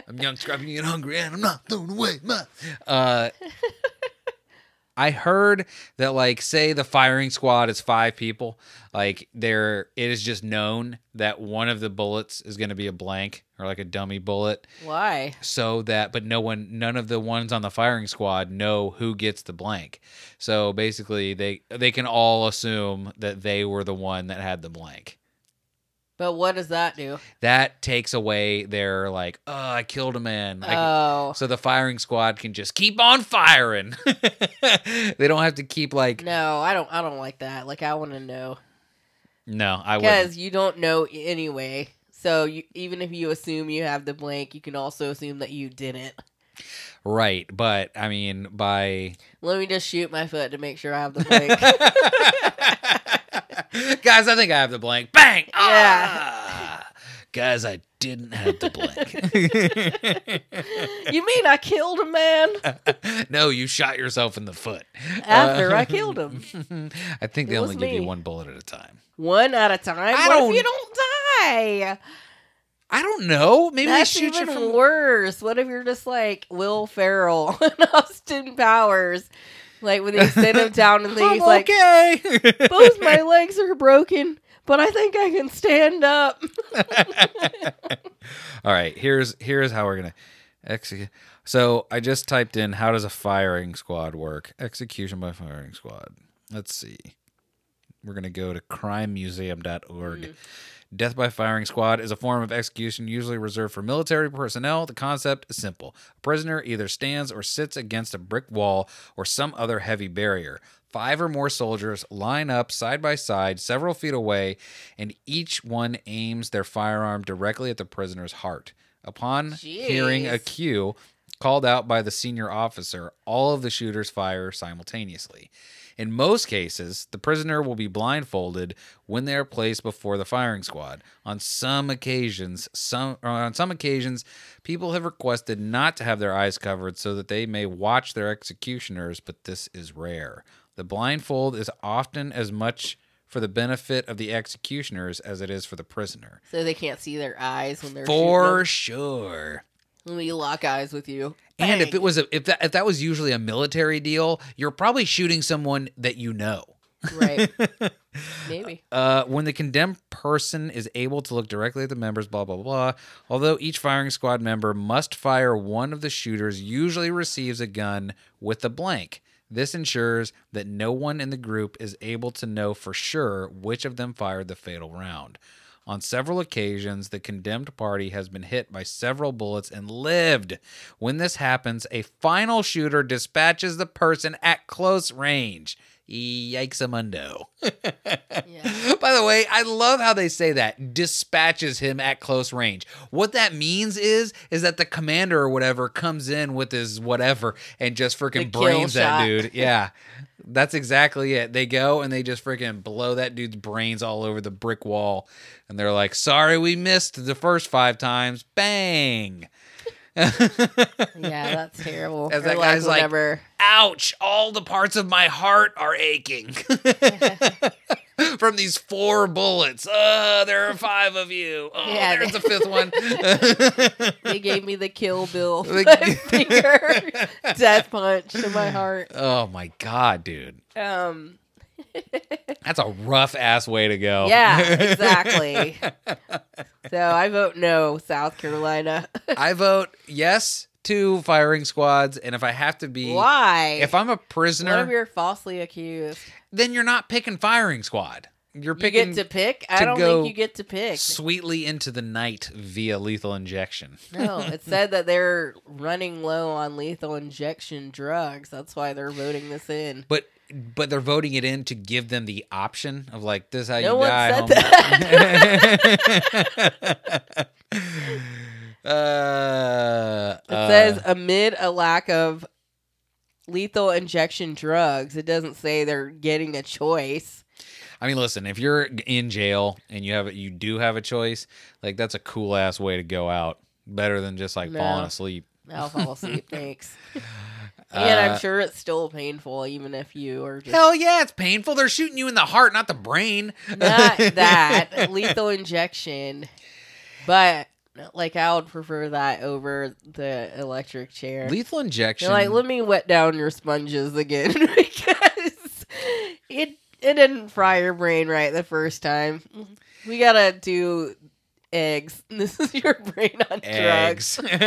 Speaker 3: I'm young, scrappy, and hungry, and I'm not throwing away my. Uh, I heard that, like, say the firing squad is five people. Like, there, it is just known that one of the bullets is going to be a blank or like a dummy bullet,
Speaker 4: Why?
Speaker 3: so that, but no one, none of the ones on the firing squad know who gets the blank. So basically, they they can all assume that they were the one that had the blank.
Speaker 4: But what does that do?
Speaker 3: That takes away their like, oh, I killed a man. I-
Speaker 4: oh
Speaker 3: so the firing squad can just keep on firing. *laughs* they don't have to keep like,
Speaker 4: no, I don't. I don't like that. Like I want to know
Speaker 3: no, I would.
Speaker 4: because you don't know anyway. So you, even if you assume you have the blank, you can also assume that you didn't.
Speaker 3: Right, but I mean, by *laughs*
Speaker 4: Let me just shoot my foot to make sure I have the blank.
Speaker 3: guys, I think I have the blank. Bang! Ah! Guys, I didn't have the
Speaker 4: *laughs*
Speaker 3: blank.
Speaker 4: you mean I killed a man
Speaker 3: Uh, no, you shot yourself in the foot.
Speaker 4: after
Speaker 3: Uh,
Speaker 4: I killed him?
Speaker 3: *laughs* I think they
Speaker 4: It was
Speaker 3: only give you
Speaker 4: me.
Speaker 3: one bullet at a time.
Speaker 4: One at a time.
Speaker 3: I
Speaker 4: what
Speaker 3: don't-
Speaker 4: if you don't die?
Speaker 3: I don't know. Maybe
Speaker 4: That's
Speaker 3: they shoot
Speaker 4: even
Speaker 3: you from
Speaker 4: worse. What if you're just like Will Ferrell *laughs* and Austin Powers, like when they
Speaker 3: *laughs*
Speaker 4: sit him down and he's
Speaker 3: I'm
Speaker 4: like,
Speaker 3: okay.
Speaker 4: both my legs are broken, but I think I can stand up.
Speaker 3: *laughs* All right, here's here's how we're gonna execute. So I just typed in how does a firing squad work? Execution by firing squad. Let's see. We're gonna go to crimemuseum.org. Death by firing squad is a form of execution usually reserved for military personnel. The concept is simple. A prisoner either stands or sits against a brick wall or some other heavy barrier. Five or more soldiers line up side by side, several feet away, and each one aims their firearm directly at the prisoner's heart. Upon hearing a
Speaker 4: Jeez.
Speaker 3: cue called out by the senior officer, all of the shooters fire simultaneously. In most cases, the prisoner will be blindfolded when they are placed before the firing squad. On some occasions, some or on some occasions, people have requested not to have their eyes covered so that they may watch their executioners, but this is rare. The blindfold is often as much for the benefit of the executioners as it is for the prisoner.
Speaker 4: So they can't see their eyes when they're
Speaker 3: For
Speaker 4: shooting
Speaker 3: sure.
Speaker 4: them. When we lock eyes with you.
Speaker 3: And if
Speaker 4: Bang.
Speaker 3: it was a if that if that was usually a military deal, you're probably shooting someone that you know. *laughs*
Speaker 4: right, maybe
Speaker 3: Uh, when the condemned person is able to look directly at the members, blah blah blah. Although each firing squad member must fire one of the shooters, usually receives a gun with a blank. This ensures that no one in the group is able to know for sure which of them fired the fatal round. On several occasions, the condemned party has been hit by several bullets and lived. When this happens, a final shooter dispatches the person at close range. Yikes a mundo. *laughs* By the way, I love how they say that dispatches him at close range. What that means is is that the commander or whatever comes in with his whatever and just freaking
Speaker 4: The kill
Speaker 3: brains that
Speaker 4: shot.
Speaker 3: dude. Yeah. That's exactly it. They go and they just freaking blow that dude's brains all over the brick wall and they're like, "Sorry, we missed the first 5 times." Bang.
Speaker 4: yeah, that's terrible.
Speaker 3: As
Speaker 4: Or
Speaker 3: that guy's like-
Speaker 4: whenever-
Speaker 3: ouch, all the parts of my heart are aching *laughs* from these four bullets. Uh, there are five of you. Oh,
Speaker 4: Yeah,
Speaker 3: there's
Speaker 4: they-
Speaker 3: the fifth one. *laughs*
Speaker 4: they gave me the Kill Bill
Speaker 3: Like- *laughs*
Speaker 4: five finger death punch to my heart.
Speaker 3: oh my God, dude.
Speaker 4: Um,
Speaker 3: That's a rough ass way to go.
Speaker 4: yeah, exactly. so I vote no,
Speaker 3: *laughs*
Speaker 4: South Carolina.
Speaker 3: I vote yes to firing squads. And if I have to be,
Speaker 4: Why?
Speaker 3: if I'm a
Speaker 4: What
Speaker 3: prisoner,
Speaker 4: if you're falsely accused?
Speaker 3: then you're not picking firing squad. You're
Speaker 4: You
Speaker 3: picking
Speaker 4: get to pick. I
Speaker 3: to
Speaker 4: don't
Speaker 3: go
Speaker 4: think you get to pick.
Speaker 3: sweetly into the night via lethal injection. *laughs*
Speaker 4: No, it said that they're running low on lethal injection drugs. That's why they're voting this in.
Speaker 3: But but they're voting it in to give them the option of like this is how
Speaker 4: No
Speaker 3: you
Speaker 4: one
Speaker 3: die.
Speaker 4: said
Speaker 3: homie. *laughs* uh,
Speaker 4: It says amid a lack of lethal injection drugs. It doesn't say they're getting a choice.
Speaker 3: I mean, listen, if you're in jail and you have you do have a choice, like that's a cool ass way to go out. Better than just like
Speaker 4: No.
Speaker 3: falling asleep.
Speaker 4: I'll fall asleep.
Speaker 3: *laughs*
Speaker 4: Thanks. and
Speaker 3: Uh,
Speaker 4: I'm sure it's still painful, even if you are just
Speaker 3: Hell yeah, it's painful. They're shooting you in the heart, not the brain.
Speaker 4: *laughs*
Speaker 3: *laughs*
Speaker 4: not that lethal injection. But like, I would prefer that over the electric chair.
Speaker 3: Lethal injection.
Speaker 4: You're like, let me wet down your sponges again *laughs* because it it didn't fry your brain right the first time.
Speaker 3: Mm-hmm.
Speaker 4: We gotta do eggs. *laughs* This is your brain on
Speaker 3: eggs. *laughs*
Speaker 4: drugs.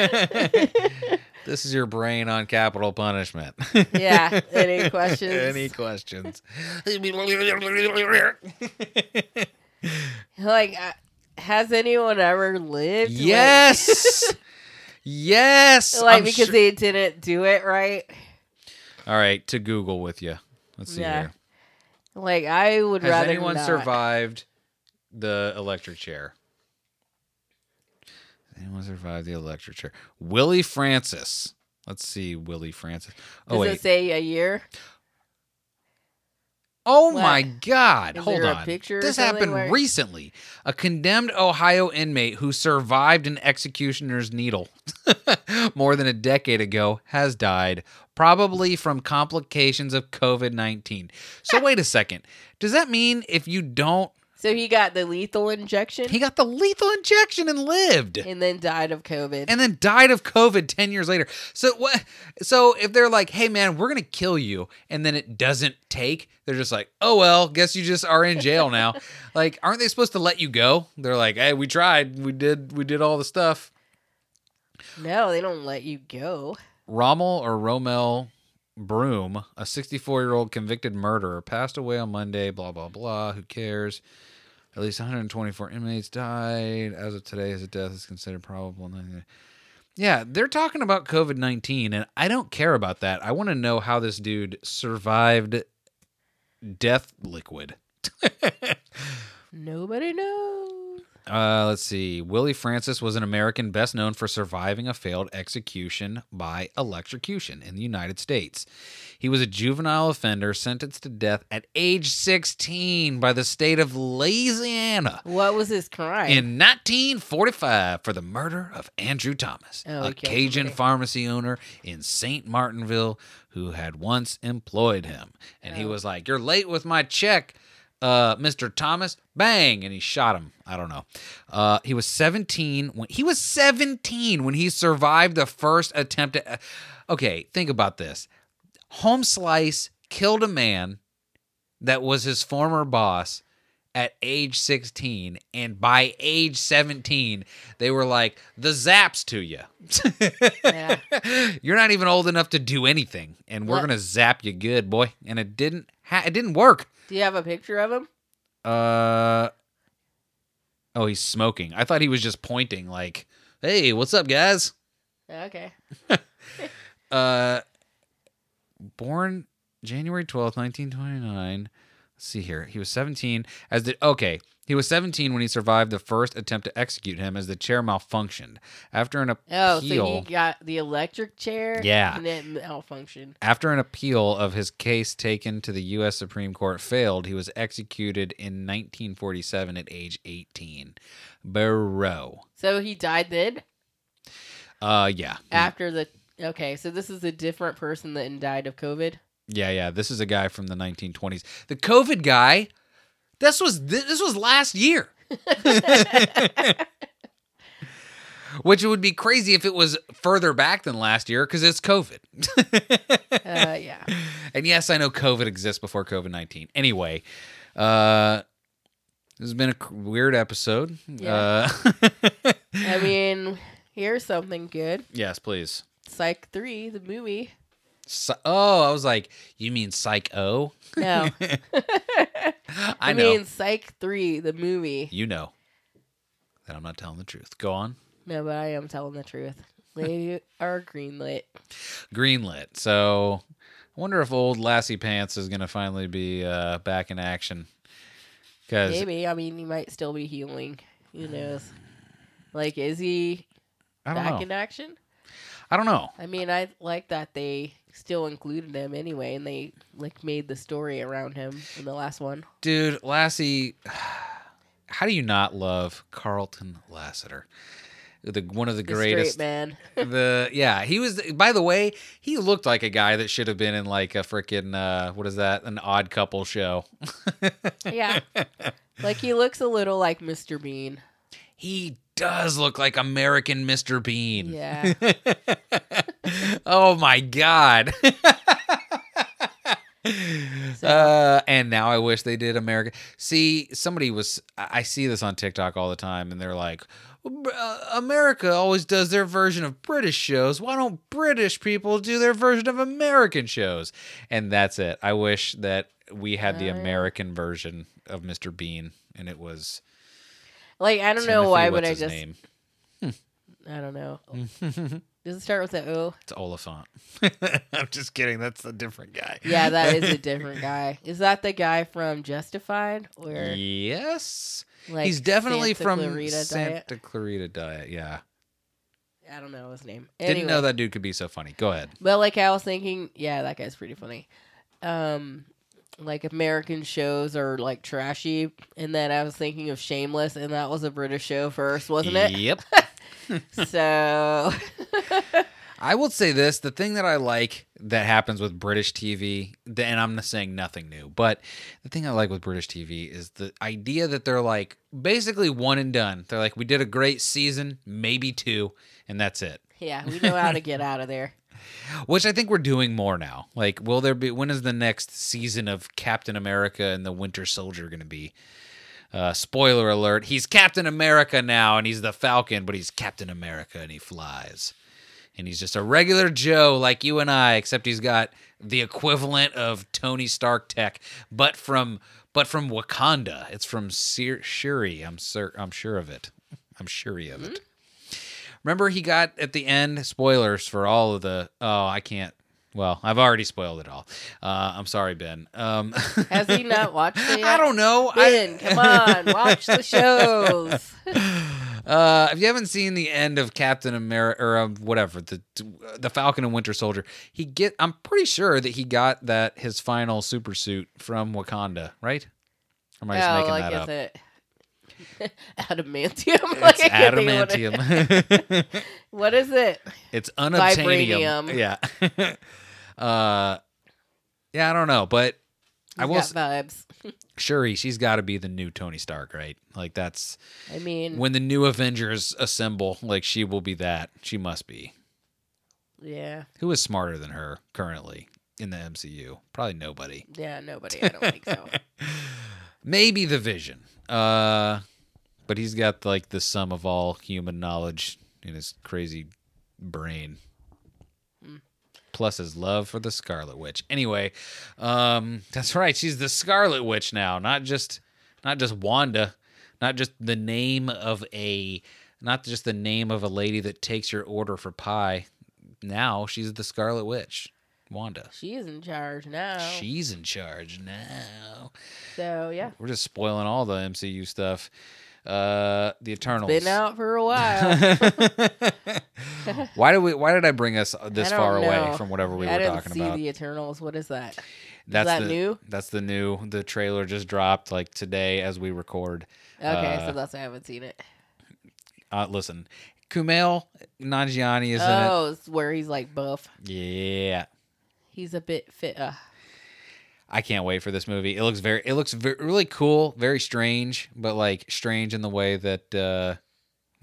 Speaker 3: this is your brain on capital punishment.
Speaker 4: *laughs* *laughs*
Speaker 3: *laughs*
Speaker 4: yeah. Any questions?
Speaker 3: Any
Speaker 4: *laughs*
Speaker 3: questions?
Speaker 4: Like I, Has anyone ever lived? Like-
Speaker 3: Yes. yes.
Speaker 4: Like,
Speaker 3: I'm
Speaker 4: because
Speaker 3: sure-
Speaker 4: they didn't do it right.
Speaker 3: All right, to Google with you. Let's see
Speaker 4: Yeah.
Speaker 3: here.
Speaker 4: Like I would
Speaker 3: Has
Speaker 4: rather
Speaker 3: anyone
Speaker 4: not.
Speaker 3: survived the electric chair? Has anyone survived the electric chair? Willie Francis. Let's see, Willie Francis.
Speaker 4: Does
Speaker 3: Oh
Speaker 4: it
Speaker 3: wait.
Speaker 4: say a year?
Speaker 3: oh
Speaker 4: what?
Speaker 3: my God!
Speaker 4: Is
Speaker 3: Hold
Speaker 4: there a
Speaker 3: on.
Speaker 4: picture or
Speaker 3: this
Speaker 4: something
Speaker 3: happened
Speaker 4: where-
Speaker 3: recently. A condemned Ohio inmate who survived an executioner's needle *laughs* more than a decade ago has died, probably from complications of COVID nineteen. So wait a second. Does that mean if you don't
Speaker 4: So he got the lethal injection
Speaker 3: He got the lethal injection and lived.
Speaker 4: and then died of COVID.
Speaker 3: And then died of COVID 10 years later. So what so if they're like, "Hey man, we're going to kill you." And then it doesn't take, they're just like, "Oh well, guess you just are in jail now." like, aren't they supposed to let you go? They're like, "Hey, we tried. We did we did all the stuff."
Speaker 4: no, they don't let you go.
Speaker 3: Rommel or Romel Broom, a 64 year old convicted murderer, passed away on Monday, blah, blah, blah. Who cares? At least 124 inmates died. As of today, his death is considered probable. Yeah, they're talking about COVID 19, and I don't care about that. I want to know how this dude survived death liquid.
Speaker 4: Nobody knows.
Speaker 3: Uh, let's see. Willie Francis was an American best known for surviving a failed execution by electrocution in the United States. He was a juvenile offender sentenced to death at age 16 by the state of Louisiana
Speaker 4: What was his crime?
Speaker 3: in 1945 for the murder of Andrew Thomas,
Speaker 4: Oh,
Speaker 3: a
Speaker 4: he killed
Speaker 3: Cajun
Speaker 4: somebody.
Speaker 3: pharmacy owner in St. Martinville who had once employed him. And he
Speaker 4: Oh.
Speaker 3: was like, You're late with my check. Uh, Mr. Thomas, bang, and he shot him. I don't know. Uh, he was 17 when he was 17 when he survived the first attempt at. Okay, think about this. Home Slice killed a man that was his former boss at age 16 and by age 17 they were like the zaps to you
Speaker 4: Yeah.
Speaker 3: *laughs* you're not even old enough to do anything and we're
Speaker 4: What?
Speaker 3: gonna zap you good boy and it didn't ha- it didn't work
Speaker 4: Do you have a picture of him?
Speaker 3: uh oh he's smoking i thought he was just pointing like hey what's up guys
Speaker 4: Okay.
Speaker 3: uh born January 12th, 1929. Let's see here. He was 17 as the okay, he was 17 when he survived the first attempt to execute him as the chair malfunctioned. After an appeal
Speaker 4: Oh, so he got the electric chair.
Speaker 3: Yeah.
Speaker 4: And it malfunctioned.
Speaker 3: after an appeal of his case taken to the U.S. Supreme Court failed, he was executed in 1947 at age 18. Barrow.
Speaker 4: So he died
Speaker 3: Mm.
Speaker 4: then
Speaker 3: Uh, yeah.
Speaker 4: after the. Okay, so this is a different person that died of COVID.
Speaker 3: Yeah, yeah. This is a guy from the 1920s. The COVID guy. This was thi- this was last year. *laughs* Which would be crazy if it was further back than last year because it's COVID. *laughs*
Speaker 4: Uh, yeah.
Speaker 3: And yes, I know COVID exists before COVID 19. Anyway, uh, this has been a c- weird episode.
Speaker 4: Yeah.
Speaker 3: Uh, *laughs*
Speaker 4: I mean, here's something good.
Speaker 3: yes, please.
Speaker 4: Psych three, the movie.
Speaker 3: Psy- oh, I was like, you mean Psycho? *gasps*
Speaker 4: No,
Speaker 3: *laughs* I,
Speaker 4: I,
Speaker 3: know.
Speaker 4: mean Psych three, the movie.
Speaker 3: you know that I'm not telling the truth. Go on.
Speaker 4: No, but I am telling the truth. They are greenlit.
Speaker 3: greenlit. So I wonder if old Lassie Pants is going to finally be uh, back in action. Because
Speaker 4: Maybe. I mean, he might still be healing. Who knows? Like, is he
Speaker 3: I don't
Speaker 4: back
Speaker 3: know.
Speaker 4: in action?
Speaker 3: I don't know.
Speaker 4: I mean, I like that they still included him anyway, and they like made the story around him in the last one.
Speaker 3: Dude, Lassie, *sighs* how do you not love Carlton Lassiter? The one of the,
Speaker 4: The
Speaker 3: greatest
Speaker 4: straight man.
Speaker 3: *laughs* the yeah, he was by the way, he looked like a guy that should have been in like a freaking uh what is that? An odd couple show. *laughs*
Speaker 4: yeah, like he looks a little like Mr. Bean.
Speaker 3: He does look like American Mr. Bean.
Speaker 4: Yeah.
Speaker 3: *laughs* oh my god.
Speaker 4: *laughs* So-
Speaker 3: Uh, and now I wish they did America. See, somebody was. I I see this on TikTok all the time, and they're like, "Br- uh, "America always does their version of British shows. Why don't British people do their version of American shows?" And that's it. I wish that we had the
Speaker 4: Oh, yeah.
Speaker 3: American version of Mr. Bean, and it was
Speaker 4: Like I don't know
Speaker 3: Timothy,
Speaker 4: why would
Speaker 3: what's
Speaker 4: I
Speaker 3: his
Speaker 4: just
Speaker 3: name?
Speaker 4: I don't know. *laughs* Does it start with an O?
Speaker 3: It's Oliphant. *laughs* I'm just kidding. That's a different guy.
Speaker 4: Yeah, that
Speaker 3: *laughs*
Speaker 4: is a different guy. Is that the guy from Justified? Or
Speaker 3: Yes.
Speaker 4: Like
Speaker 3: He's definitely
Speaker 4: Santa
Speaker 3: from
Speaker 4: Clarita
Speaker 3: Santa Clarita Diet. Yeah.
Speaker 4: I don't know his name. Anyway,
Speaker 3: Didn't know that dude could be so funny. Go ahead.
Speaker 4: But like I was thinking, yeah, that guy's pretty funny. Um, like American shows are like trashy, and then I was thinking of Shameless, and that was a British show first, wasn't it?
Speaker 3: Yep.
Speaker 4: *laughs* So *laughs*
Speaker 3: I will say this: the thing that I like that happens with British TV, th- and I'm not saying nothing new, but the thing I like with British TV is the idea that they're like basically one and done. They're like, we did a great season, maybe two, and that's it.
Speaker 4: yeah, we know how to get out of there.
Speaker 3: Which I think we're doing more now. Like, will there be? When is the next season of Captain America and the Winter Soldier going to be? Uh, spoiler alert: He's Captain America now, and he's the Falcon, but he's Captain America, and he flies, and he's just a regular Joe like you and I, except he's got the equivalent of Tony Stark tech, but from but from Wakanda. It's from Sir- Shuri. I'm sure. I'm sure of it. I'm sure of it. Remember, he got at the end spoilers for all of the. Oh, I can't. Well, I've already spoiled it all. Uh, I'm sorry, Ben. Um, *laughs*
Speaker 4: Has he not watched it?
Speaker 3: I don't know.
Speaker 4: Ben,
Speaker 3: I,
Speaker 4: come on, watch
Speaker 3: *laughs*
Speaker 4: the shows.
Speaker 3: Uh, if you haven't seen the end of Captain America or um, whatever the the Falcon and Winter Soldier, he get. I'm pretty sure that he got that his final super suit from Wakanda, right? Or am I just
Speaker 4: oh,
Speaker 3: making
Speaker 4: like
Speaker 3: that
Speaker 4: is
Speaker 3: up?
Speaker 4: it *laughs* adamantium? like,
Speaker 3: It's
Speaker 4: I can't think of what
Speaker 3: *laughs*
Speaker 4: it-
Speaker 3: adamantium.
Speaker 4: What is *laughs* it?
Speaker 3: It's unobtainium.
Speaker 4: Vibranium.
Speaker 3: Yeah. *laughs* uh, yeah, I don't know, but I
Speaker 4: He's
Speaker 3: will.
Speaker 4: got
Speaker 3: s-
Speaker 4: vibes.
Speaker 3: Shuri, she's got to be the new Tony Stark, right? Like that's
Speaker 4: I mean,
Speaker 3: when the new Avengers assemble. Like she will be that. She must be.
Speaker 4: yeah,
Speaker 3: Who is smarter than her currently in the MCU? Probably nobody.
Speaker 4: yeah, nobody. I don't
Speaker 3: *laughs*
Speaker 4: think so.
Speaker 3: Maybe the Vision. Uh, but he's got like the sum of all human knowledge in his crazy brain. Plus his love for the Scarlet Witch. Anyway, um, that's right. She's the Scarlet Witch now, not just not just Wanda, not just the name of a not just the name of a lady that takes your order for pie. Now she's the Scarlet Witch, Wanda.
Speaker 4: She's in charge now.
Speaker 3: She's in charge now.
Speaker 4: so yeah,
Speaker 3: We're just spoiling all the MCU stuff. Uh, the Eternals.
Speaker 4: been out for
Speaker 3: *laughs*
Speaker 4: a while.
Speaker 3: why did we? Why did I bring us
Speaker 4: I
Speaker 3: this
Speaker 4: don't
Speaker 3: far
Speaker 4: know.
Speaker 3: away from whatever we
Speaker 4: I
Speaker 3: were
Speaker 4: didn't
Speaker 3: talking
Speaker 4: see
Speaker 3: about?
Speaker 4: the Eternals. What is that?
Speaker 3: that's
Speaker 4: that
Speaker 3: the,
Speaker 4: new?
Speaker 3: That's the new. The trailer just dropped like today as we record.
Speaker 4: Okay,
Speaker 3: Uh,
Speaker 4: so that's why I haven't seen it.
Speaker 3: Uh, listen, Kumail Nanjiani is
Speaker 4: Oh, it's where he's like buff.
Speaker 3: in it. Yeah,
Speaker 4: He's a bit fit. Uh,
Speaker 3: I can't wait for this movie. It looks very. It looks ve- really cool. Very strange, but like strange in the way that. uh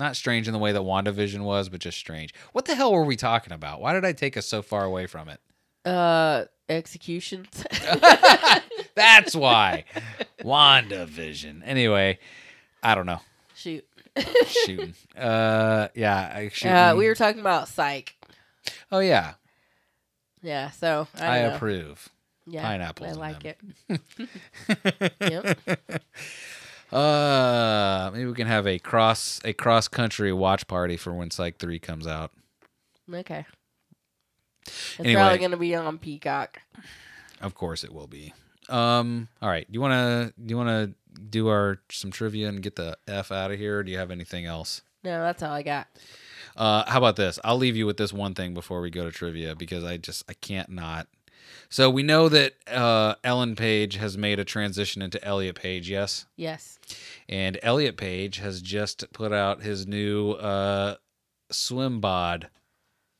Speaker 3: not strange in the way that WandaVision was, but just strange. What the hell were we talking about? Why did I take us so far away from it?
Speaker 4: uh
Speaker 3: *laughs*
Speaker 4: executions.
Speaker 3: That's why. WandaVision. Anyway, I don't know.
Speaker 4: Shoot. *laughs*
Speaker 3: Shooting. Uh yeah, I shooting.
Speaker 4: Uh, we were talking about psych.
Speaker 3: Oh yeah.
Speaker 4: Yeah, so I,
Speaker 3: I,
Speaker 4: don't know.
Speaker 3: approve.
Speaker 4: Yeah,
Speaker 3: pineapples
Speaker 4: I
Speaker 3: in
Speaker 4: like
Speaker 3: them.
Speaker 4: it. yep.
Speaker 3: *laughs* Uh maybe we can have a cross a cross country watch party for when Psych 3 comes out.
Speaker 4: Okay. It's
Speaker 3: Anyway.
Speaker 4: probably gonna be on Peacock.
Speaker 3: Of course it will be. Um all right, do you want to do you want to do our some trivia and get the f out of here or do you have anything else?
Speaker 4: No, that's all I got.
Speaker 3: Uh, how about this? I'll leave you with this one thing before we go to trivia because I just I can't not. So we know that uh, Ellen Page has made a transition into Elliot Page, yes,
Speaker 4: Yes.
Speaker 3: and Elliot Page has just put out his new uh, swim bod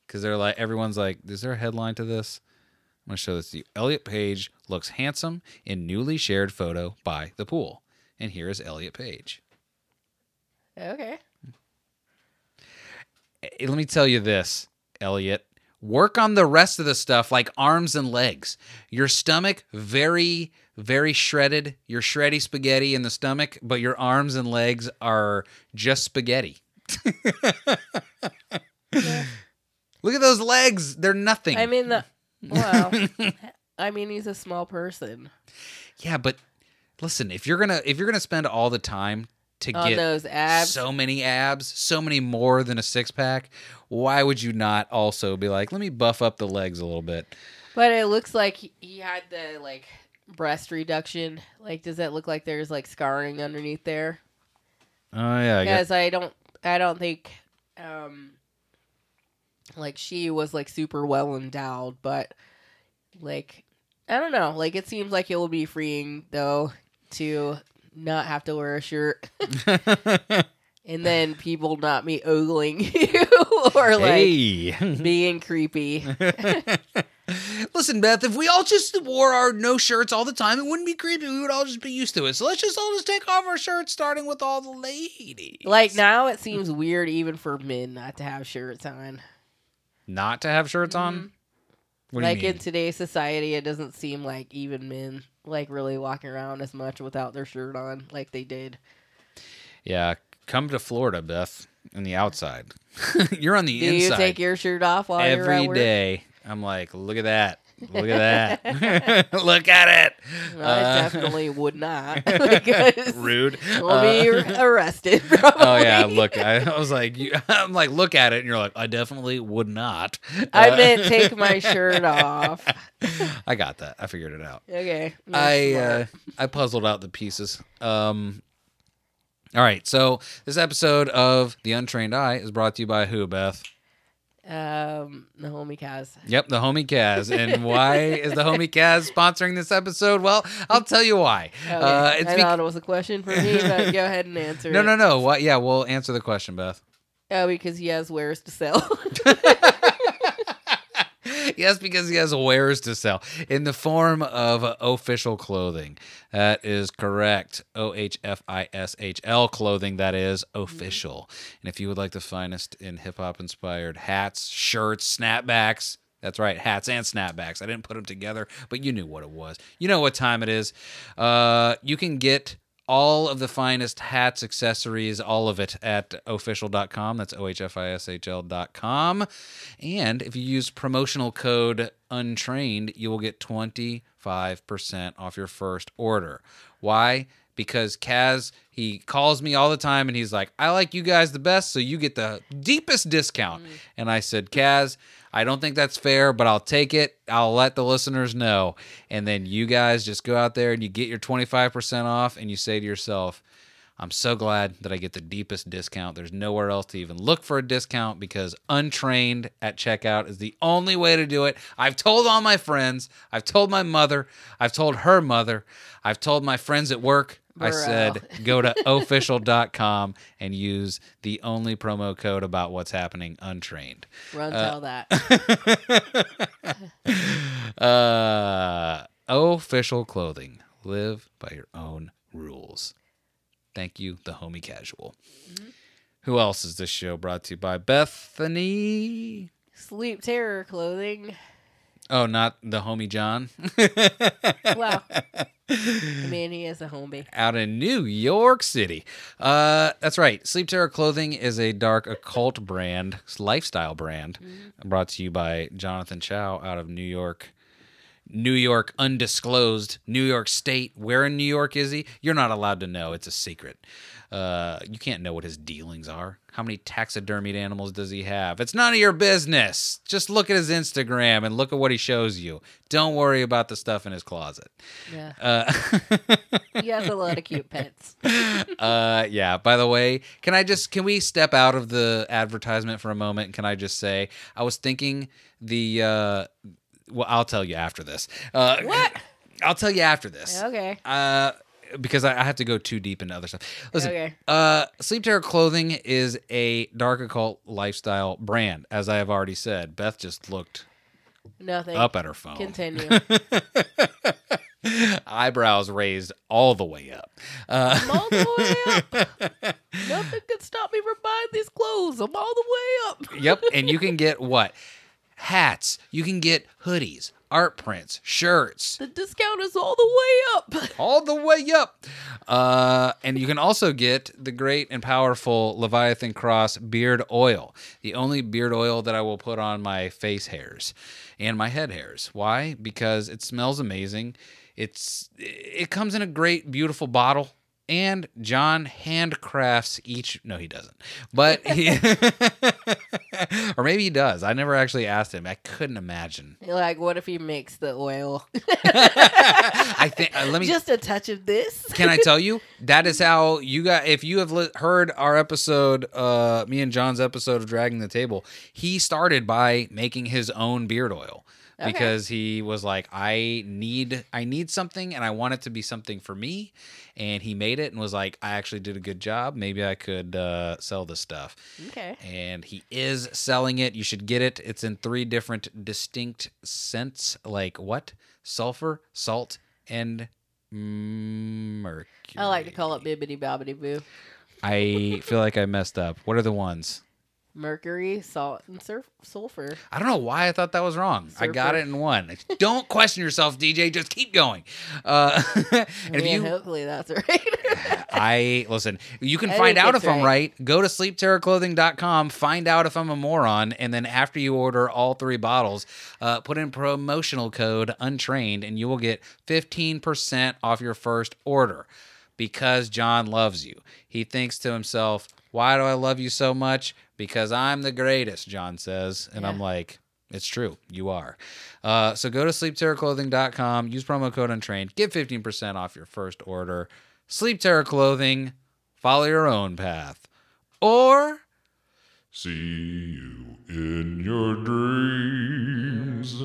Speaker 3: because they're like everyone's like, is there a headline to this? I'm gonna show this to you. Elliot Page looks handsome in newly shared photo by the pool, and here is Elliot Page.
Speaker 4: Okay.
Speaker 3: Eh, let me tell you this, Elliot. Work on the rest of the stuff like arms and legs. Your stomach very very shredded. Your shreddy spaghetti in the stomach, but your arms and legs are just spaghetti. Look at those legs. They're nothing.
Speaker 4: I
Speaker 3: *laughs*
Speaker 4: mean the well I mean he's a small person.
Speaker 3: yeah, but listen, if you're going to if you're going to spend all the time to
Speaker 4: On
Speaker 3: get
Speaker 4: those abs?
Speaker 3: so many abs, so many more than a six pack. Why would you not also be like, let me buff up the legs a little bit?
Speaker 4: But it looks like he- he had the like breast reduction. Like, does that look like there's like scarring underneath there?
Speaker 3: Oh yeah, I guess.
Speaker 4: Because I don't, I don't think, um, like she was like super well endowed, but like I don't know. Like it seems like it will be freeing though to not have to wear a shirt.
Speaker 3: *laughs*
Speaker 4: And then people not me ogling *laughs* you or like
Speaker 3: Hey.
Speaker 4: being creepy.
Speaker 3: *laughs* Listen, Beth, if we all just wore our no shirts all the time, it wouldn't be creepy. We would all just be used to it. So let's just all just take off our shirts, starting with all the ladies.
Speaker 4: Like now, it seems weird even for men not to have shirts on.
Speaker 3: Not to have shirts on? What do
Speaker 4: Mm-hmm. like
Speaker 3: you mean?
Speaker 4: in today's society, it doesn't seem like even men like really walking around as much without their shirt on, like they did.
Speaker 3: yeah, come to Florida, Beth, on the outside. *laughs* You're on the
Speaker 4: Do
Speaker 3: inside.
Speaker 4: you take your shirt off while you're
Speaker 3: every
Speaker 4: at work?
Speaker 3: day. I'm like, look at that. Look at
Speaker 4: *laughs*
Speaker 3: that. *laughs* look at it.
Speaker 4: Well, I
Speaker 3: Uh, *laughs*
Speaker 4: definitely *laughs* would not because
Speaker 3: rude.
Speaker 4: we'll
Speaker 3: Uh,
Speaker 4: be
Speaker 3: *laughs*
Speaker 4: arrested. Probably.
Speaker 3: Oh
Speaker 4: *laughs*
Speaker 3: yeah, look. I, I was like, you, *laughs* I'm like, look at it, and you're like, I definitely would not.
Speaker 4: I
Speaker 3: Uh, *laughs*
Speaker 4: meant take my shirt off.
Speaker 3: I got that. I figured it out.
Speaker 4: Okay.
Speaker 3: *laughs*
Speaker 4: that's
Speaker 3: I
Speaker 4: smart.
Speaker 3: uh, I puzzled out the pieces. Um, all right, so this episode of The Untrained Eye is brought to you by who, Beth?
Speaker 4: um the homie Kaz.
Speaker 3: Yep, the homie Kaz.
Speaker 4: *laughs*
Speaker 3: And why is the homie Kaz sponsoring this episode? Well, I'll tell you why.
Speaker 4: Okay.
Speaker 3: Uh, it's
Speaker 4: Oh, I
Speaker 3: bec-
Speaker 4: thought it was a question for me, but go ahead and answer.
Speaker 3: *laughs* no,
Speaker 4: it.
Speaker 3: no, no. Why? Yeah, we'll answer the question, Beth.
Speaker 4: Oh, because he has wares to sell. *laughs*
Speaker 3: yes, because he has wares to sell in the form of uh, official clothing. That is correct. O H F I S H L clothing. That is official. And if you would like the finest in hip hop inspired hats, shirts, snapbacks. That's right, hats and snapbacks. I didn't put them together, but you knew what it was. You know what time it is. Uh, you can get all of the finest hats, accessories, all of it at official.com. That's O H F I S H L.com. And if you use promotional code untrained, you will get 25% off your first order. Why? Because Kaz, he calls me all the time and he's like, I like you guys the best, so you get the deepest discount. And I said, Kaz, I don't think that's fair, but I'll take it. I'll let the listeners know. And then you guys just go out there and you get your 25% off and you say to yourself, I'm so glad that I get the deepest discount. There's nowhere else to even look for a discount because untrained at checkout is the only way to do it. I've told all my friends, I've told my mother, I've told her mother, I've told my friends at work. I
Speaker 4: Bro.
Speaker 3: said, go to official.com and use the only promo code about what's happening untrained.
Speaker 4: Run tell that.
Speaker 3: *laughs* uh, official clothing. Live by your own rules. Thank you, the homie casual. Who else is this show brought to you by? Bethany.
Speaker 4: Sleep terror clothing.
Speaker 3: Oh, not the homie John.
Speaker 4: Well, I mean, he is a homie.
Speaker 3: out in New York City. Uh, that's right. Sleep Terror Clothing is a dark occult brand, lifestyle brand, brought to you by Jonathan Chow out of New York. New York undisclosed, New York State. Where in New York is he? You're not allowed to know. It's a secret. Uh, you can't know what his dealings are. How many taxidermied animals does he have? It's none of your business. Just look at his Instagram and look at what he shows you. Don't worry about the stuff in his closet.
Speaker 4: Yeah,
Speaker 3: Uh, *laughs*
Speaker 4: he has a lot of cute pets.
Speaker 3: uh yeah by the way can i just can we step out of the advertisement for a moment can i just say i was thinking the uh well i'll tell you after this uh
Speaker 4: What?
Speaker 3: i'll tell you after this
Speaker 4: Okay.
Speaker 3: uh because I, I have to go too deep into other stuff. Listen,
Speaker 4: Okay.
Speaker 3: uh, Sleep Terror Clothing is a dark occult lifestyle brand, as I have already said. Beth just looked
Speaker 4: Nothing.
Speaker 3: up at her phone.
Speaker 4: Continue.
Speaker 3: Eyebrows raised all the way up. Uh,
Speaker 4: I'm all the way up.
Speaker 3: *laughs*
Speaker 4: Nothing could stop me from buying these clothes. I'm all the way up.
Speaker 3: yep. And you can get what? Hats. You can get hoodies, art prints, shirts,
Speaker 4: The discount is all the way up. *laughs*
Speaker 3: all the way up. Uh, and you can also get the great and powerful Leviathan Cross beard oil, the only beard oil that I will put on my face hairs and my head hairs. Why? Because it smells amazing. It's it comes in a great, beautiful bottle. and John handcrafts each. No, he doesn't. But he, *laughs* or maybe he does. I never actually asked him. I couldn't imagine.
Speaker 4: Like, what if he makes the oil?
Speaker 3: I think. Uh, let me.
Speaker 4: Just a touch of this.
Speaker 3: can I tell you? That is how you got. If you have li- heard our episode, uh, me and John's episode of Dragging the Table, he started by making his own beard oil
Speaker 4: Okay.
Speaker 3: because he was like, I need, I need something, and I want it to be something for me. And he made it and was like, I actually did a good job. Maybe I could uh, sell this stuff.
Speaker 4: Okay.
Speaker 3: And he is selling it. You should get it. It's in three different distinct scents, like what? Sulfur, salt, and mercury.
Speaker 4: I like to call it bibbity bobbity boo.
Speaker 3: I feel like I messed up. What are the ones?
Speaker 4: Mercury, salt, and surf- sulfur.
Speaker 3: I don't know why I thought that was wrong. I got
Speaker 4: Sulfur.
Speaker 3: it in one. Don't question yourself, DJ. Just keep going. Uh, *laughs* and if
Speaker 4: Yeah,
Speaker 3: you
Speaker 4: hopefully that's *laughs* right.
Speaker 3: I listen. You can
Speaker 4: I
Speaker 3: find
Speaker 4: think
Speaker 3: out if
Speaker 4: it's
Speaker 3: I'm right. Go to sleepterrorclothing.com, find out if I'm a moron, and then after you order all three bottles, uh, put in promotional code untrained, and you will get 15% off your first order because John loves you. He thinks to himself, Why do I love you so much? Because I'm the greatest, John says. And I'm
Speaker 4: Yeah.
Speaker 3: like, it's true. You are. Uh, so go to sleepterrorclothing.com, use promo code untrained, get 15% off your first order. Sleep Terror Clothing, follow your own path. Or
Speaker 2: See you in your dreams,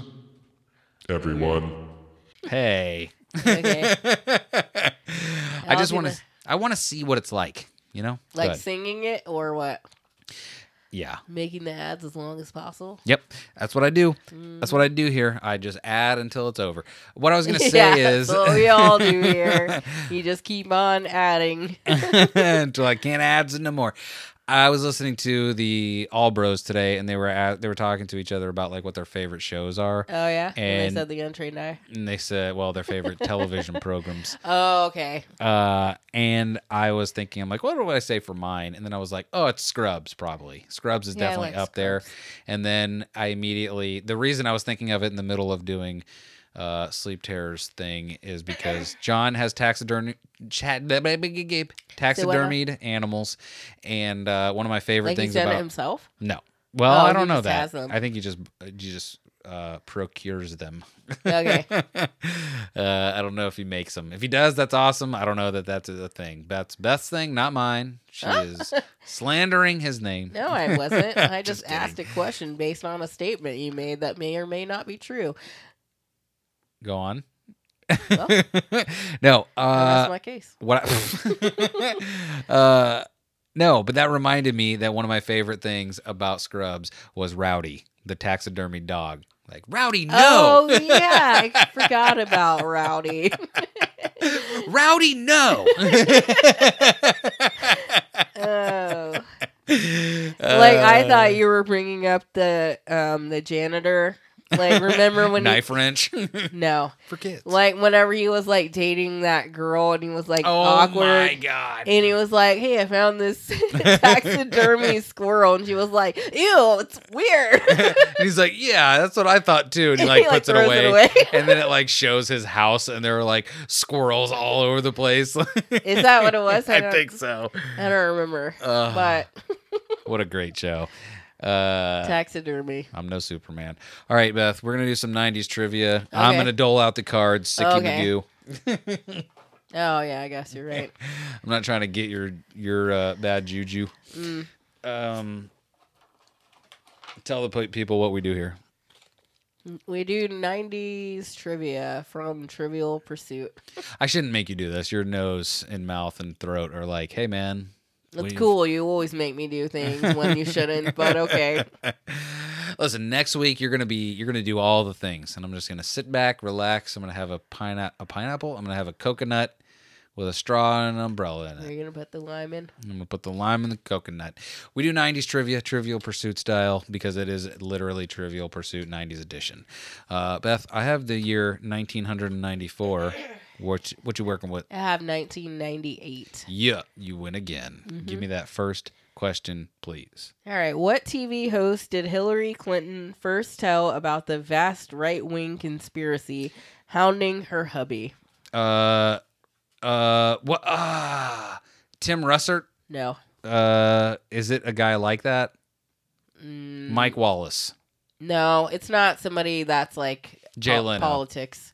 Speaker 2: everyone.
Speaker 4: *laughs*
Speaker 3: hey,
Speaker 4: okay.
Speaker 3: *laughs* I just want to I want to see what it's like, you know?
Speaker 4: Like
Speaker 3: Good.
Speaker 4: singing it or what?
Speaker 3: yeah.
Speaker 4: Making the ads as long as possible.
Speaker 3: Yep. That's what I do. That's what I do here. I just add until it's over. What I was
Speaker 4: *laughs*
Speaker 3: going to
Speaker 4: yeah,
Speaker 3: say is
Speaker 4: that's what we all
Speaker 3: *laughs*
Speaker 4: do here. you just keep on adding. Oh,
Speaker 3: until I can't add no more. I was listening to the All Bros today, and they were at, they were talking to each other about like what their favorite shows are,
Speaker 4: Oh yeah, and,
Speaker 3: And-
Speaker 4: they said the untrained eye.
Speaker 3: and they said, well, their
Speaker 4: *laughs*
Speaker 3: favorite television programs.
Speaker 4: Oh okay,
Speaker 3: Uh, and I was thinking, I'm like, what would I say for mine? And then I was like, oh, it's Scrubs, probably. Scrubs is
Speaker 4: Yeah, I
Speaker 3: definitely
Speaker 4: like
Speaker 3: up there.
Speaker 4: Scrubs.
Speaker 3: And then I immediately, the reason I was thinking of it in the middle of doing uh, Sleep Terrors thing is
Speaker 4: *clears throat*
Speaker 3: because John has taxidermy, chat, taxidermied animals. And uh, one of my favorite
Speaker 4: like he's
Speaker 3: things
Speaker 4: done
Speaker 3: about
Speaker 4: it himself.
Speaker 3: no. Well,
Speaker 4: Oh,
Speaker 3: I
Speaker 4: he
Speaker 3: don't know
Speaker 4: just
Speaker 3: that.
Speaker 4: has them.
Speaker 3: I think he just he just uh, procures them. *laughs*
Speaker 4: Okay.
Speaker 3: uh, I don't know if he makes them. If he does, that's awesome. I don't know that that's a thing. That's Beth's thing, not mine.
Speaker 4: *laughs*
Speaker 3: She is slandering his name.
Speaker 4: No, I
Speaker 3: *laughs*
Speaker 4: wasn't. I just,
Speaker 3: Just
Speaker 4: asked a question based on a statement you made that may or may not be true.
Speaker 3: Go on.
Speaker 4: Well.
Speaker 3: *laughs* no.
Speaker 4: And
Speaker 3: Uh,
Speaker 4: that's my case.
Speaker 3: What? I, *laughs* uh, no, but that reminded me that one of my favorite things about Scrubs was Rowdy, the taxidermy dog. Like Rowdy, no,
Speaker 4: Oh yeah,
Speaker 3: *laughs*
Speaker 4: I forgot about Rowdy. *laughs*
Speaker 3: Rowdy, *laughs* no.
Speaker 4: oh. like
Speaker 3: Uh,
Speaker 4: I thought you were bringing up the um the janitor. Like
Speaker 3: *laughs*
Speaker 4: remember when
Speaker 3: Uh, knife wrench
Speaker 4: He, no,
Speaker 3: for kids.
Speaker 4: like whenever he was like dating that girl and he was like
Speaker 3: oh
Speaker 4: awkward.
Speaker 3: my god!
Speaker 4: And he was like, "Hey, I found this *laughs*
Speaker 3: *laughs*
Speaker 4: taxidermy squirrel," and she was like, "Ew, it's weird."
Speaker 3: And he's like, yeah, that's what I thought too. And he
Speaker 4: *laughs* He,
Speaker 3: like
Speaker 4: like,
Speaker 3: puts it,
Speaker 4: throws
Speaker 3: away,
Speaker 4: it away.
Speaker 3: *laughs* and then it like shows his house, and there are like squirrels all over the place. *laughs*
Speaker 4: Is that what it was?
Speaker 3: I
Speaker 4: don't-
Speaker 3: think so.
Speaker 4: I don't remember,
Speaker 3: Ugh.
Speaker 4: but
Speaker 3: What a great show. Uh,
Speaker 4: taxidermy.
Speaker 3: I'm no Superman. All right, Beth, we're gonna do some '90s trivia. I'm
Speaker 4: Okay.
Speaker 3: gonna dole out the cards. Sicky
Speaker 4: Okay.
Speaker 3: Magoo.
Speaker 4: Oh yeah, I guess
Speaker 3: *laughs*
Speaker 4: you're right.
Speaker 3: I'm not trying to get your your uh, bad juju. Um, tell the pe- people what we do here.
Speaker 4: We do '90s trivia from Trivial Pursuit.
Speaker 3: I shouldn't make you do this. Your nose and mouth and throat are like, hey man.
Speaker 4: That's
Speaker 3: we've-"
Speaker 4: cool. You always make me do things when you shouldn't,
Speaker 3: *laughs*
Speaker 4: but okay.
Speaker 3: Listen, next week you're gonna be you're gonna do all the things, and I'm just gonna sit back, relax. I'm gonna have a pine a pineapple. I'm gonna have a coconut with a straw and an umbrella in it.
Speaker 4: You're gonna put the lime in.
Speaker 3: I'm gonna put the lime in the coconut. We do '90s trivia, Trivial Pursuit style, because it is literally Trivial Pursuit '90s edition. Uh, Beth, I have the year 1994. What you- what you working with?
Speaker 4: I have 1998.
Speaker 3: Yeah, you win again. Give me that first question, please.
Speaker 4: All right. What TV host did Hillary Clinton first tell about the vast right wing conspiracy hounding her hubby?
Speaker 3: Uh, Uh, what? Ah, Tim Russert.
Speaker 4: No.
Speaker 3: Uh, is it a guy like that?
Speaker 4: Mm.
Speaker 3: Mike Wallace.
Speaker 4: No, it's not somebody that's like
Speaker 3: Jay
Speaker 4: po-
Speaker 3: Leno.
Speaker 4: politics.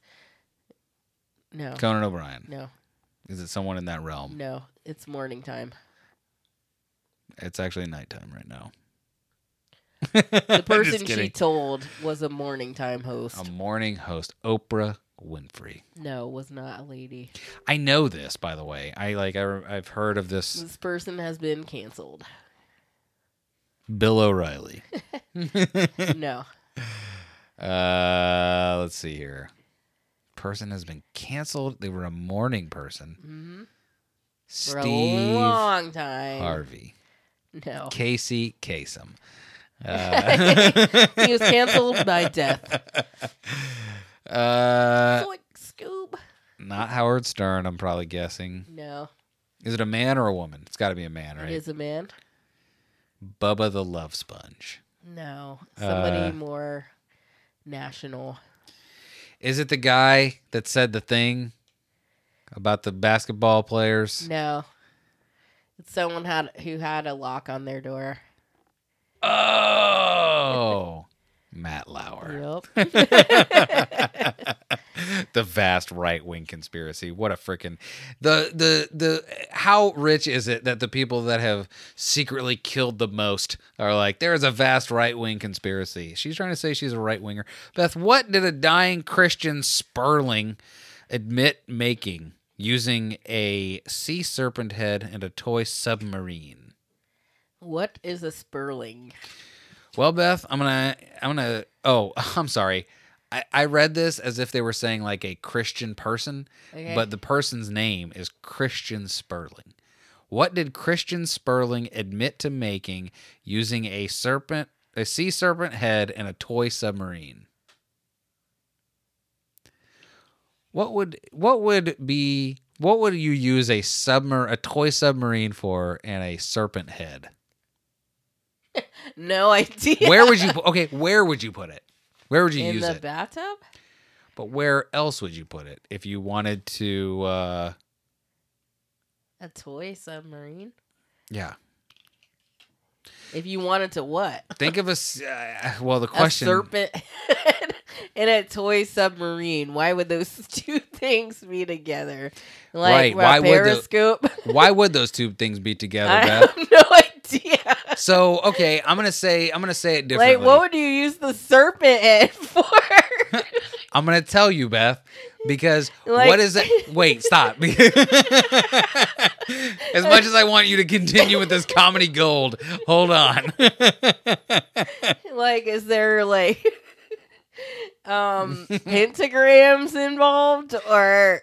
Speaker 4: No.
Speaker 3: Conan O'Brien.
Speaker 4: No.
Speaker 3: Is it someone in that realm?
Speaker 4: No. It's
Speaker 3: *laughs*
Speaker 4: morning time.
Speaker 3: It's actually nighttime right now.
Speaker 4: The
Speaker 3: *laughs* Just
Speaker 4: person she
Speaker 3: kidding. Um,
Speaker 4: told was a morning time host.
Speaker 3: a morning host, Oprah Winfrey.
Speaker 4: no, was not a lady.
Speaker 3: I know this, by the way. I like. I, re- I've heard of this.
Speaker 4: This person has been canceled.
Speaker 3: Bill
Speaker 4: *laughs*
Speaker 3: O'Reilly.
Speaker 4: no.
Speaker 3: Uh, let's see here. Person has been canceled. They were a morning person.
Speaker 4: Mhm. For a
Speaker 3: Steve
Speaker 4: long time.
Speaker 3: Harvey, *laughs*
Speaker 4: No. *laughs*
Speaker 3: Casey Kasem.
Speaker 4: he was canceled by death.
Speaker 3: *laughs* Uh,
Speaker 4: Zoink, Scoob.
Speaker 3: not Howard Stern. I'm probably guessing.
Speaker 4: No.
Speaker 3: Is it a man or a woman? It's got to be a man, right?
Speaker 4: It is a man.
Speaker 3: Bubba the Love Sponge.
Speaker 4: No. Somebody
Speaker 3: Uh,
Speaker 4: more national.
Speaker 3: Is it the guy that said the thing about the basketball players?
Speaker 4: No. It's someone had who had a lock on their door.
Speaker 3: Oh, Matt Lauer.
Speaker 4: Yep.
Speaker 3: *laughs* the vast right wing conspiracy. What a freaking the the the how rich is it that the people that have secretly killed the most are like there is a vast right wing conspiracy. She's trying to say she's a right winger. Beth, what did a dying Christian Sperling admit making using a sea serpent head and a toy submarine?
Speaker 4: *laughs* what is a spurling?
Speaker 3: Well, Beth, I'm gonna, I'm gonna. Oh, *laughs* I'm sorry. I, I read this as if they were saying like a Christian person,
Speaker 4: Okay.
Speaker 3: but the person's name is Christian Sperling. What did Christian Sperling admit to making using a serpent, a sea serpent head, and a toy submarine? What would what would be what would you use a submer a toy submarine for and a serpent head?
Speaker 4: No *laughs* idea.
Speaker 3: Where would you pu- okay? Where would you put it? Where would you
Speaker 4: in
Speaker 3: use
Speaker 4: the
Speaker 3: it?
Speaker 4: bathtub?
Speaker 3: but where else would you put it if you wanted to? uh
Speaker 4: A toy submarine?
Speaker 3: Yeah,
Speaker 4: If you wanted to what?
Speaker 3: think of a s- uh, well. The question.
Speaker 4: A serpent *laughs* and a toy submarine. Why would those *laughs* two things be together?
Speaker 3: Right,
Speaker 4: Like my
Speaker 3: why would the- *laughs*
Speaker 4: periscope? *laughs*
Speaker 3: Why would those two things be together,
Speaker 4: I
Speaker 3: Beth?
Speaker 4: have no idea.
Speaker 3: So okay, I'm gonna say I'm gonna say it differently.
Speaker 4: Like, what would you use the serpent head *laughs*
Speaker 3: *laughs*
Speaker 4: for?
Speaker 3: I'm gonna tell you, Beth, because
Speaker 4: *laughs* Like-
Speaker 3: what is it? Wait,
Speaker 4: *laughs*
Speaker 3: stop. *laughs* as much as I want you to continue with this comedy gold, hold on. *laughs*
Speaker 4: like, is there like *laughs*
Speaker 3: *laughs*
Speaker 4: um pentagrams involved or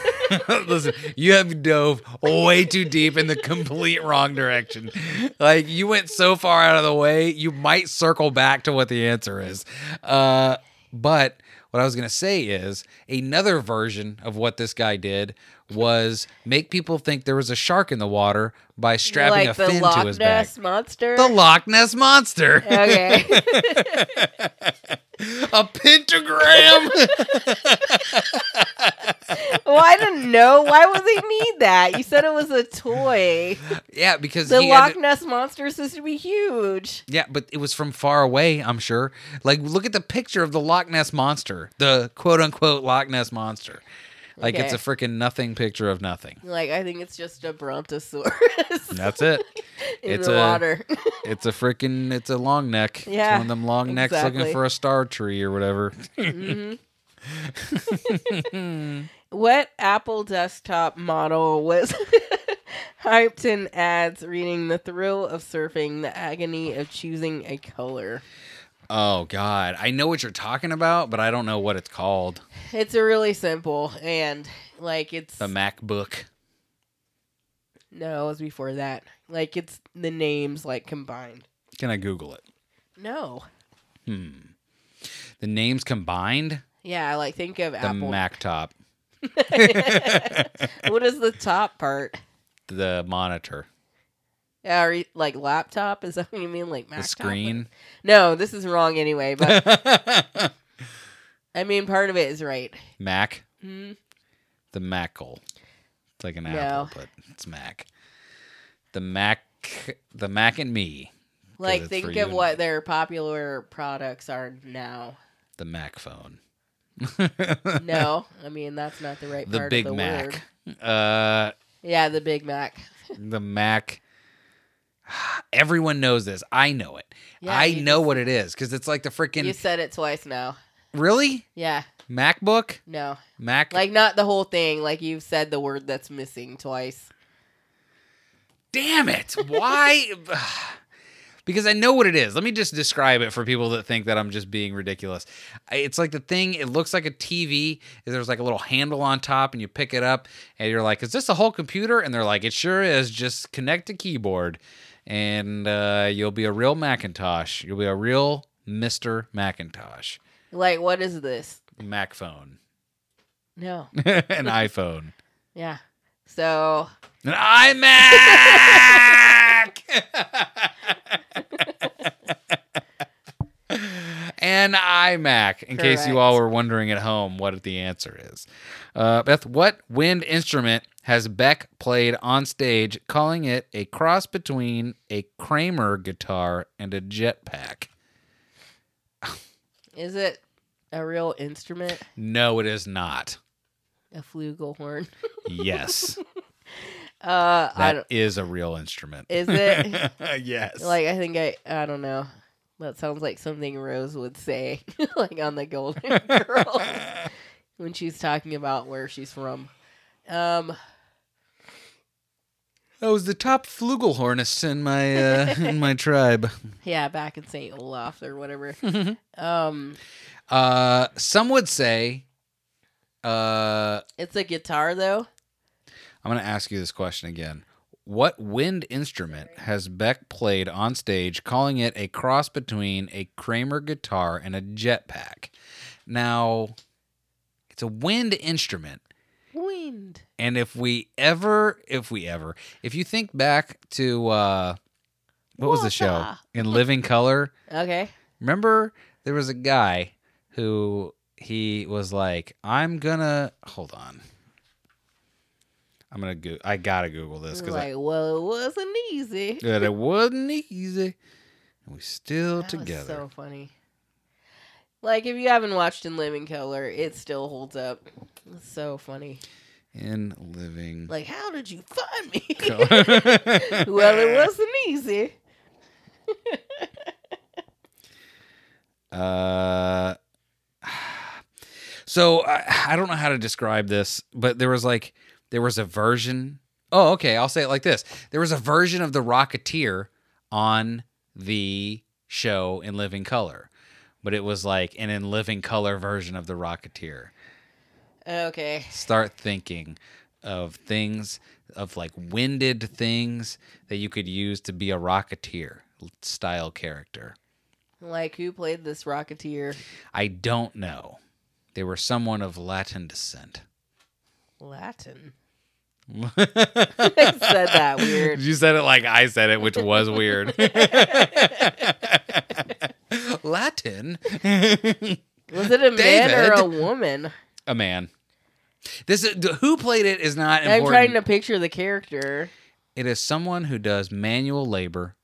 Speaker 3: *laughs* Listen, you have dove way too deep in the complete wrong direction. Like you went so far out of the way, you might circle back to what the answer is. Uh, but what I was gonna say is another version of what this guy did was make people think there was a shark in the water by strapping a
Speaker 4: like the
Speaker 3: fin to
Speaker 4: Loch
Speaker 3: his back.
Speaker 4: Ness monster?
Speaker 3: The Loch Ness monster,
Speaker 4: okay.
Speaker 3: a
Speaker 4: *laughs*
Speaker 3: pentagram.
Speaker 4: *laughs* well, I didn't know. Why would they need that? You said it was
Speaker 3: *laughs*
Speaker 4: a toy.
Speaker 3: yeah, because
Speaker 4: The
Speaker 3: he had
Speaker 4: Loch
Speaker 3: to-
Speaker 4: Ness monster is supposed to be huge.
Speaker 3: Yeah, but it was from far away, I'm sure. Like, look at the picture of the Loch Ness monster, the quote unquote Loch Ness monster. Like, it's a
Speaker 4: Okay.
Speaker 3: freaking nothing picture of nothing.
Speaker 4: Like I think it's just a brontosaurus *laughs*
Speaker 3: That's it.
Speaker 4: in
Speaker 3: it's
Speaker 4: the
Speaker 3: a-
Speaker 4: water. *laughs*
Speaker 3: It's a freaking, it's a long neck. It's
Speaker 4: Yeah,
Speaker 3: one of them long necks
Speaker 4: exactly.
Speaker 3: looking for a star tree or whatever.
Speaker 4: what Apple desktop model was *laughs* hyped in ads reading the thrill of surfing, the agony of choosing a color?
Speaker 3: oh, God. I know what you're talking about, but I don't know what it's called.
Speaker 4: It's a really simple and like it's
Speaker 3: The MacBook.
Speaker 4: no, it was before that. Like it's the names like combined.
Speaker 3: Can I Google it?
Speaker 4: No.
Speaker 3: The names combined?
Speaker 4: Yeah, like think of
Speaker 3: The
Speaker 4: Apple.
Speaker 3: Mac top,
Speaker 4: what is the top part?
Speaker 3: the monitor,
Speaker 4: Yeah, or, like laptop? Is that what you mean? Like Mac
Speaker 3: the
Speaker 4: *laughs*
Speaker 3: screen.
Speaker 4: No, this is wrong
Speaker 3: *laughs*
Speaker 4: anyway, but I mean, part of it is right.
Speaker 3: Mac,
Speaker 4: Mhm.
Speaker 3: the Mackle. It's like an
Speaker 4: No.
Speaker 3: apple, but it's Mac. The Mac, the Mac and me. 'Cause
Speaker 4: Like
Speaker 3: it's
Speaker 4: think
Speaker 3: for you
Speaker 4: of
Speaker 3: and
Speaker 4: what their popular products are now.
Speaker 3: the Mac phone. *laughs*
Speaker 4: No, I mean that's not the right
Speaker 3: the
Speaker 4: part
Speaker 3: Big
Speaker 4: of the word.
Speaker 3: Mac. Uh,
Speaker 4: Yeah, the Big Mac.
Speaker 3: the Mac. *sighs* Everyone knows this. I know it.
Speaker 4: Yeah,
Speaker 3: I
Speaker 4: you
Speaker 3: know what it is because it's like the
Speaker 4: You
Speaker 3: freaking
Speaker 4: said it twice now.
Speaker 3: really
Speaker 4: Yeah,
Speaker 3: MacBook
Speaker 4: no,
Speaker 3: Mac.
Speaker 4: like not the whole thing. Like you've said the word that's missing twice.
Speaker 3: damn it why *sighs* because i know what it is let me just describe it for people that think that i'm just being ridiculous I- it's like the thing it looks like a tv and there's like a little handle on top and you pick it up and you're like is this a whole computer and they're like it sure is just connect a keyboard and uh, you'll be a real macintosh you'll be a real mr macintosh
Speaker 4: Like what is this?
Speaker 3: mac phone *laughs*
Speaker 4: No,
Speaker 3: an iphone
Speaker 4: yeah. So
Speaker 3: an iMac. An iMac, in case you all
Speaker 4: Correct.
Speaker 3: were wondering at home what the answer is. Uh, Beth, what wind instrument has Beck played on stage, calling it a cross between a Kramer guitar and a jetpack?
Speaker 4: is it a real instrument?
Speaker 3: No, it is not.
Speaker 4: A flugelhorn?
Speaker 3: Yes,
Speaker 4: Uh, *laughs* I
Speaker 3: that
Speaker 4: don't.
Speaker 3: is a real instrument.
Speaker 4: Is it?
Speaker 3: *laughs* yes.
Speaker 4: Like I think I I don't know. That sounds like something Rose would say, *laughs* like on the Golden Girls when she's talking about where she's from. Um,
Speaker 3: I was the top flugelhornist in my uh, *laughs* in my tribe.
Speaker 4: yeah, back in Saint Olaf or whatever. um,
Speaker 3: Uh, some would say. Uh,
Speaker 4: it's a guitar though.
Speaker 3: I'm going to ask you this question again. What wind instrument has Beck played on stage, calling it a cross between a Kramer guitar and a jetpack? Now, it's a wind instrument.
Speaker 4: Wind.
Speaker 3: And if we ever, if we ever, if you think back to uh, what was the show
Speaker 4: Water.
Speaker 3: in Living Color,
Speaker 4: Okay.
Speaker 3: Remember, there was a guy who he was like, "I'm gonna hold on. I'm gonna go. I gotta Google this because
Speaker 4: Like, well, it wasn't easy.
Speaker 3: *laughs* that it wasn't easy. And we still
Speaker 4: That was
Speaker 3: together.
Speaker 4: so funny. Like if you haven't watched In Living Color, it still holds up. It's so funny.
Speaker 3: in
Speaker 4: *laughs*
Speaker 3: living.
Speaker 4: Like, how did you find me?
Speaker 3: color."
Speaker 4: *laughs* well, it wasn't easy.
Speaker 3: Uh, *sighs* so I, I don't know how to describe this, but there was like there was a version. Oh, okay, I'll say it like this: there was a version of the Rocketeer on the show in Living Color, but it was like an in Living Color version of the Rocketeer.
Speaker 4: Okay.
Speaker 3: Start thinking of things of like winded things that you could use to be a Rocketeer style character.
Speaker 4: Like who played this Rocketeer?
Speaker 3: I don't know. They were someone of Latin
Speaker 4: *laughs*
Speaker 3: descent.
Speaker 4: Latin.
Speaker 3: you
Speaker 4: I said that weird.
Speaker 3: said it like I said it, which was
Speaker 4: *laughs*
Speaker 3: weird. Latin?
Speaker 4: Was it a man or a
Speaker 3: David.
Speaker 4: woman?
Speaker 3: a man. This is, who played it is not
Speaker 4: I'm
Speaker 3: important.
Speaker 4: trying to picture the character.
Speaker 3: It is someone who does manual labor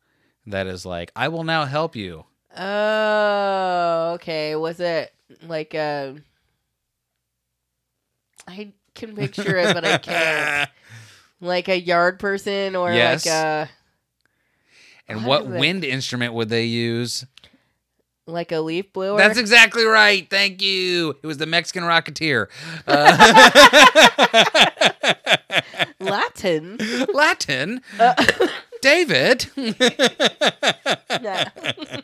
Speaker 3: that is like, I will now help you.
Speaker 4: Oh, okay. Was it like a? I can picture
Speaker 3: *laughs*
Speaker 4: it, but I can't. Like a yard person or
Speaker 3: Yes.
Speaker 4: like a
Speaker 3: And
Speaker 4: What
Speaker 3: what
Speaker 4: is it?
Speaker 3: wind instrument would they use?
Speaker 4: like a leaf blower.
Speaker 3: That's exactly right. Thank you. It was the Mexican Rocketeer. Uh, *laughs*
Speaker 4: Latin.
Speaker 3: *laughs* Latin?
Speaker 4: Uh, *laughs*
Speaker 3: David? *laughs*
Speaker 4: that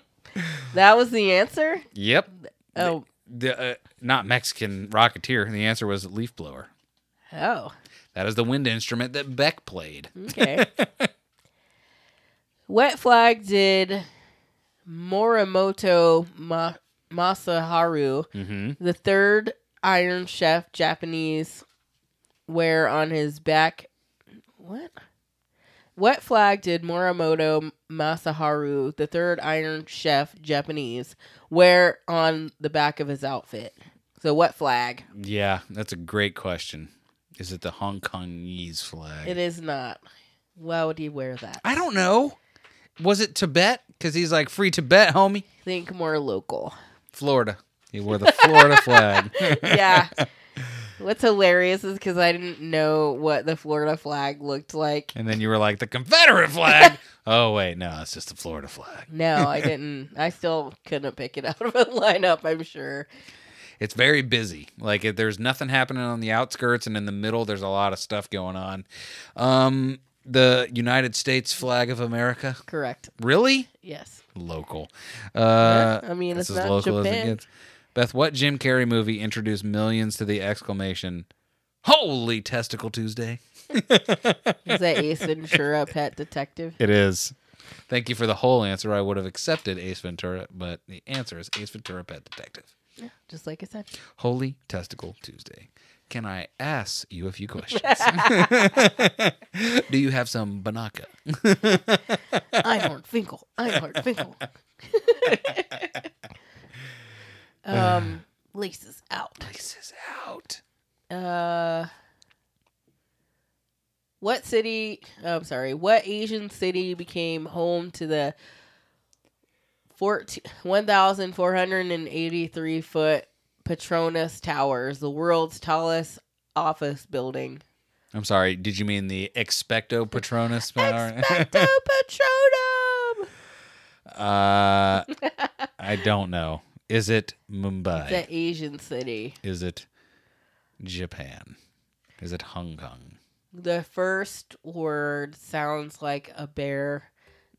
Speaker 4: that was the answer.
Speaker 3: yep.
Speaker 4: Oh,
Speaker 3: The, uh, not Mexican Rocketeer. The answer was leaf blower.
Speaker 4: oh,
Speaker 3: That is the wind instrument that Beck played.
Speaker 4: okay. Wet flag did Morimoto Ma- Masaharu.
Speaker 3: Mm-hmm.
Speaker 4: the third Iron Chef Japanese wear on his back. What? What flag did Morimoto Masaharu, the third Iron Chef Japanese, wear on the back of his outfit? So, what flag?
Speaker 3: Hmm. Yeah, that's a great question. Is it the Hong Kongese flag?
Speaker 4: It is not. Why would you wear that?
Speaker 3: I don't know. Was it Tibet? Because he's like free Tibet, homie.
Speaker 4: Think more local.
Speaker 3: Florida. He wore the
Speaker 4: *laughs*
Speaker 3: Florida flag.
Speaker 4: yeah. *laughs* What's hilarious is because I didn't know what the Florida flag looked like.
Speaker 3: And then you were like the Confederate
Speaker 4: *laughs*
Speaker 3: flag. oh wait, no, it's just the Florida flag.
Speaker 4: No, *laughs* I didn't. I still couldn't pick it out of a *laughs* lineup, I'm sure.
Speaker 3: It's very busy. Like if there's nothing happening on the outskirts and in the middle there's a lot of stuff going on. Um the United States flag of America.
Speaker 4: Correct.
Speaker 3: Really?
Speaker 4: Yes.
Speaker 3: Local. Uh
Speaker 4: I mean,
Speaker 3: that's
Speaker 4: it's not Japan.
Speaker 3: Beth, what Jim Carrey movie introduced millions to the exclamation Holy Testicle Tuesday?
Speaker 4: Is
Speaker 3: *laughs*
Speaker 4: that Ace Ventura, Pet Detective?
Speaker 3: It is. Thank you for the whole answer. I would have accepted Ace Ventura, but the answer is Ace Ventura Pet Detective.
Speaker 4: Just like I said.
Speaker 3: Holy Testicle Tuesday. Can I ask you a few *laughs* questions? Do you have some banaka?
Speaker 4: Einhorn Finkel.
Speaker 3: *laughs*
Speaker 4: Einhorn Finkel. *laughs* um, laces
Speaker 3: *laughs*
Speaker 4: out.
Speaker 3: This is out.
Speaker 4: Uh, what city? oh, I'm sorry. What Asian city became home to the 14 1,483 foot Petronas Towers, the world's tallest office building?
Speaker 3: I'm sorry. Did you mean the Expecto *laughs* Patronus? power?
Speaker 4: Expecto Patronum.
Speaker 3: uh, I don't know. Is it Mumbai?
Speaker 4: The Asian city,
Speaker 3: Is it Japan? Is it Hong Kong?
Speaker 4: the first word sounds like a bear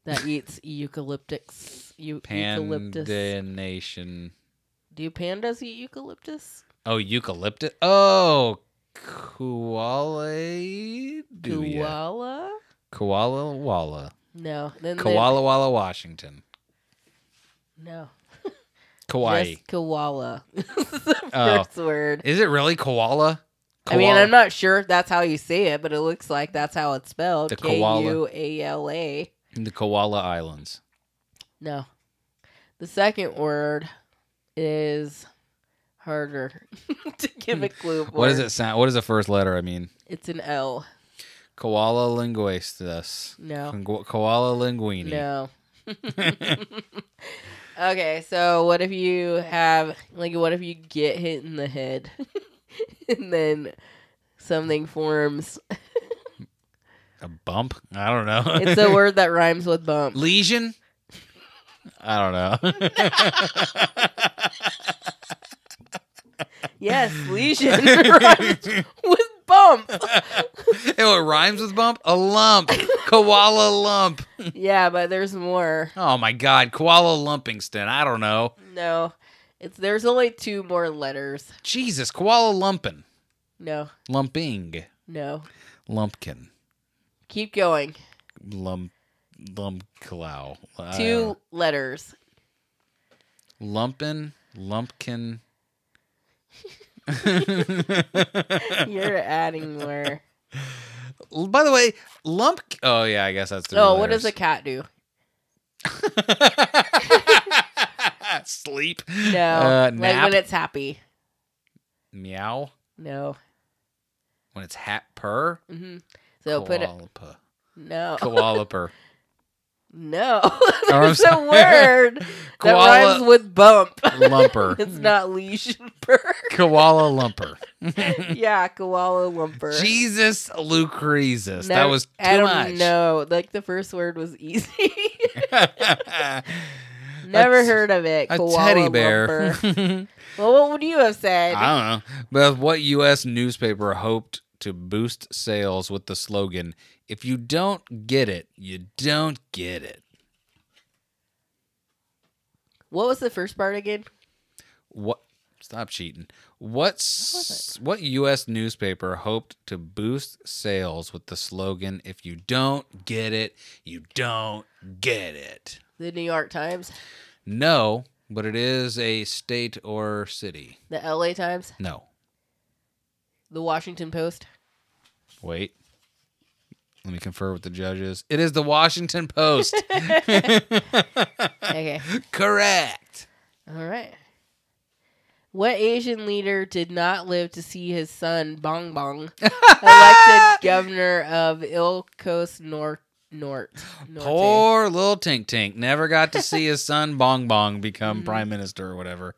Speaker 4: that eats eucalyptus. Eu- eucalyptus.
Speaker 3: Pandanation.
Speaker 4: Do pandas eat eucalyptus?
Speaker 3: Oh, eucalyptus. Oh, koala. Koala.
Speaker 4: Koala?
Speaker 3: Koala walla.
Speaker 4: No. Then
Speaker 3: Koala walla Washington.
Speaker 4: They, no.
Speaker 3: Kauai.
Speaker 4: Just koala. *laughs* That's the
Speaker 3: Oh.
Speaker 4: first word.
Speaker 3: Is it really koala?
Speaker 4: I mean,
Speaker 3: Koala.
Speaker 4: I'm not sure if that's how you say it, but it looks like that's how it's spelled.
Speaker 3: The
Speaker 4: K
Speaker 3: koala.
Speaker 4: U A L A.
Speaker 3: The Koala Islands.
Speaker 4: No. The second word is harder *laughs* to give a clue for.
Speaker 3: Hmm. What does it sound? What is the first letter? I mean,
Speaker 4: It's an L.
Speaker 3: koala linguistus.
Speaker 4: No.
Speaker 3: Ko- Koala linguini.
Speaker 4: No. *laughs* okay, so what if you have like what if you get hit in the head *laughs* and then something forms?
Speaker 3: A bump? I don't know.
Speaker 4: It's a word that rhymes with bump.
Speaker 3: *laughs* Lesion? I don't know.
Speaker 4: Yes, lesion *laughs* rhymes with bump.
Speaker 3: *laughs* it rhymes with bump? A lump. Koala lump.
Speaker 4: Yeah, but there's more.
Speaker 3: Oh my god, koala lumpingston. I don't know.
Speaker 4: No. It's there's only two more letters.
Speaker 3: Jesus, koala lumpin.
Speaker 4: No.
Speaker 3: Lumping.
Speaker 4: No.
Speaker 3: Lumpkin.
Speaker 4: Keep going.
Speaker 3: Lump lumpclow. I don't
Speaker 4: Two
Speaker 3: *laughs*
Speaker 4: letters.
Speaker 3: know. lumpin. Lumpkin.
Speaker 4: *laughs* You're adding more.
Speaker 3: L- By the way, lump Oh yeah, I guess that's three
Speaker 4: Oh, what does a
Speaker 3: letters.
Speaker 4: cat do?
Speaker 3: *laughs* Sleep.
Speaker 4: No.
Speaker 3: Uh,
Speaker 4: Like
Speaker 3: nap.
Speaker 4: when it's happy.
Speaker 3: Meow.
Speaker 4: No.
Speaker 3: When it's hat purr.
Speaker 4: hmm So put it.
Speaker 3: koala purr.
Speaker 4: No.
Speaker 3: Koala purr.
Speaker 4: *laughs* No. *laughs*
Speaker 3: I'm
Speaker 4: There's a
Speaker 3: sorry.
Speaker 4: word that
Speaker 3: Koala- Mm.
Speaker 4: rhymes with bump. *laughs*
Speaker 3: Lumper.
Speaker 4: it's not lesion burr.
Speaker 3: *laughs* koala lumper.
Speaker 4: *laughs* yeah, koala lumper.
Speaker 3: Jesus Lucrezus.
Speaker 4: No,
Speaker 3: that was too
Speaker 4: I don't
Speaker 3: much.
Speaker 4: know. Like the first word was easy. *laughs* Never
Speaker 3: A-
Speaker 4: heard of it.
Speaker 3: *laughs* A
Speaker 4: koala
Speaker 3: teddy bear.
Speaker 4: lumper. *laughs*
Speaker 3: *laughs*
Speaker 4: well, what would you have said?
Speaker 3: I don't know. But what U.S. newspaper hoped to boost sales with the slogan, if you don't get it, you don't get it?
Speaker 4: What was the first part again?
Speaker 3: What? Stop cheating. What's what U.S. newspaper hoped to boost sales with the slogan, if you don't get it, you don't get it?
Speaker 4: The New York Times,
Speaker 3: No, but it is a state or city.
Speaker 4: the LA Times,
Speaker 3: No.
Speaker 4: the
Speaker 3: *laughs*
Speaker 4: Washington Post.
Speaker 3: Wait. Let me confer with the judges. It is the Washington Post.
Speaker 4: Okay.
Speaker 3: Correct.
Speaker 4: All right. What Asian leader did not live to see his son Bong
Speaker 3: *laughs*
Speaker 4: Bong elected governor of Il Coast North North?
Speaker 3: Poor little Tink Tink never got to see his son Bong Bong become prime minister or whatever.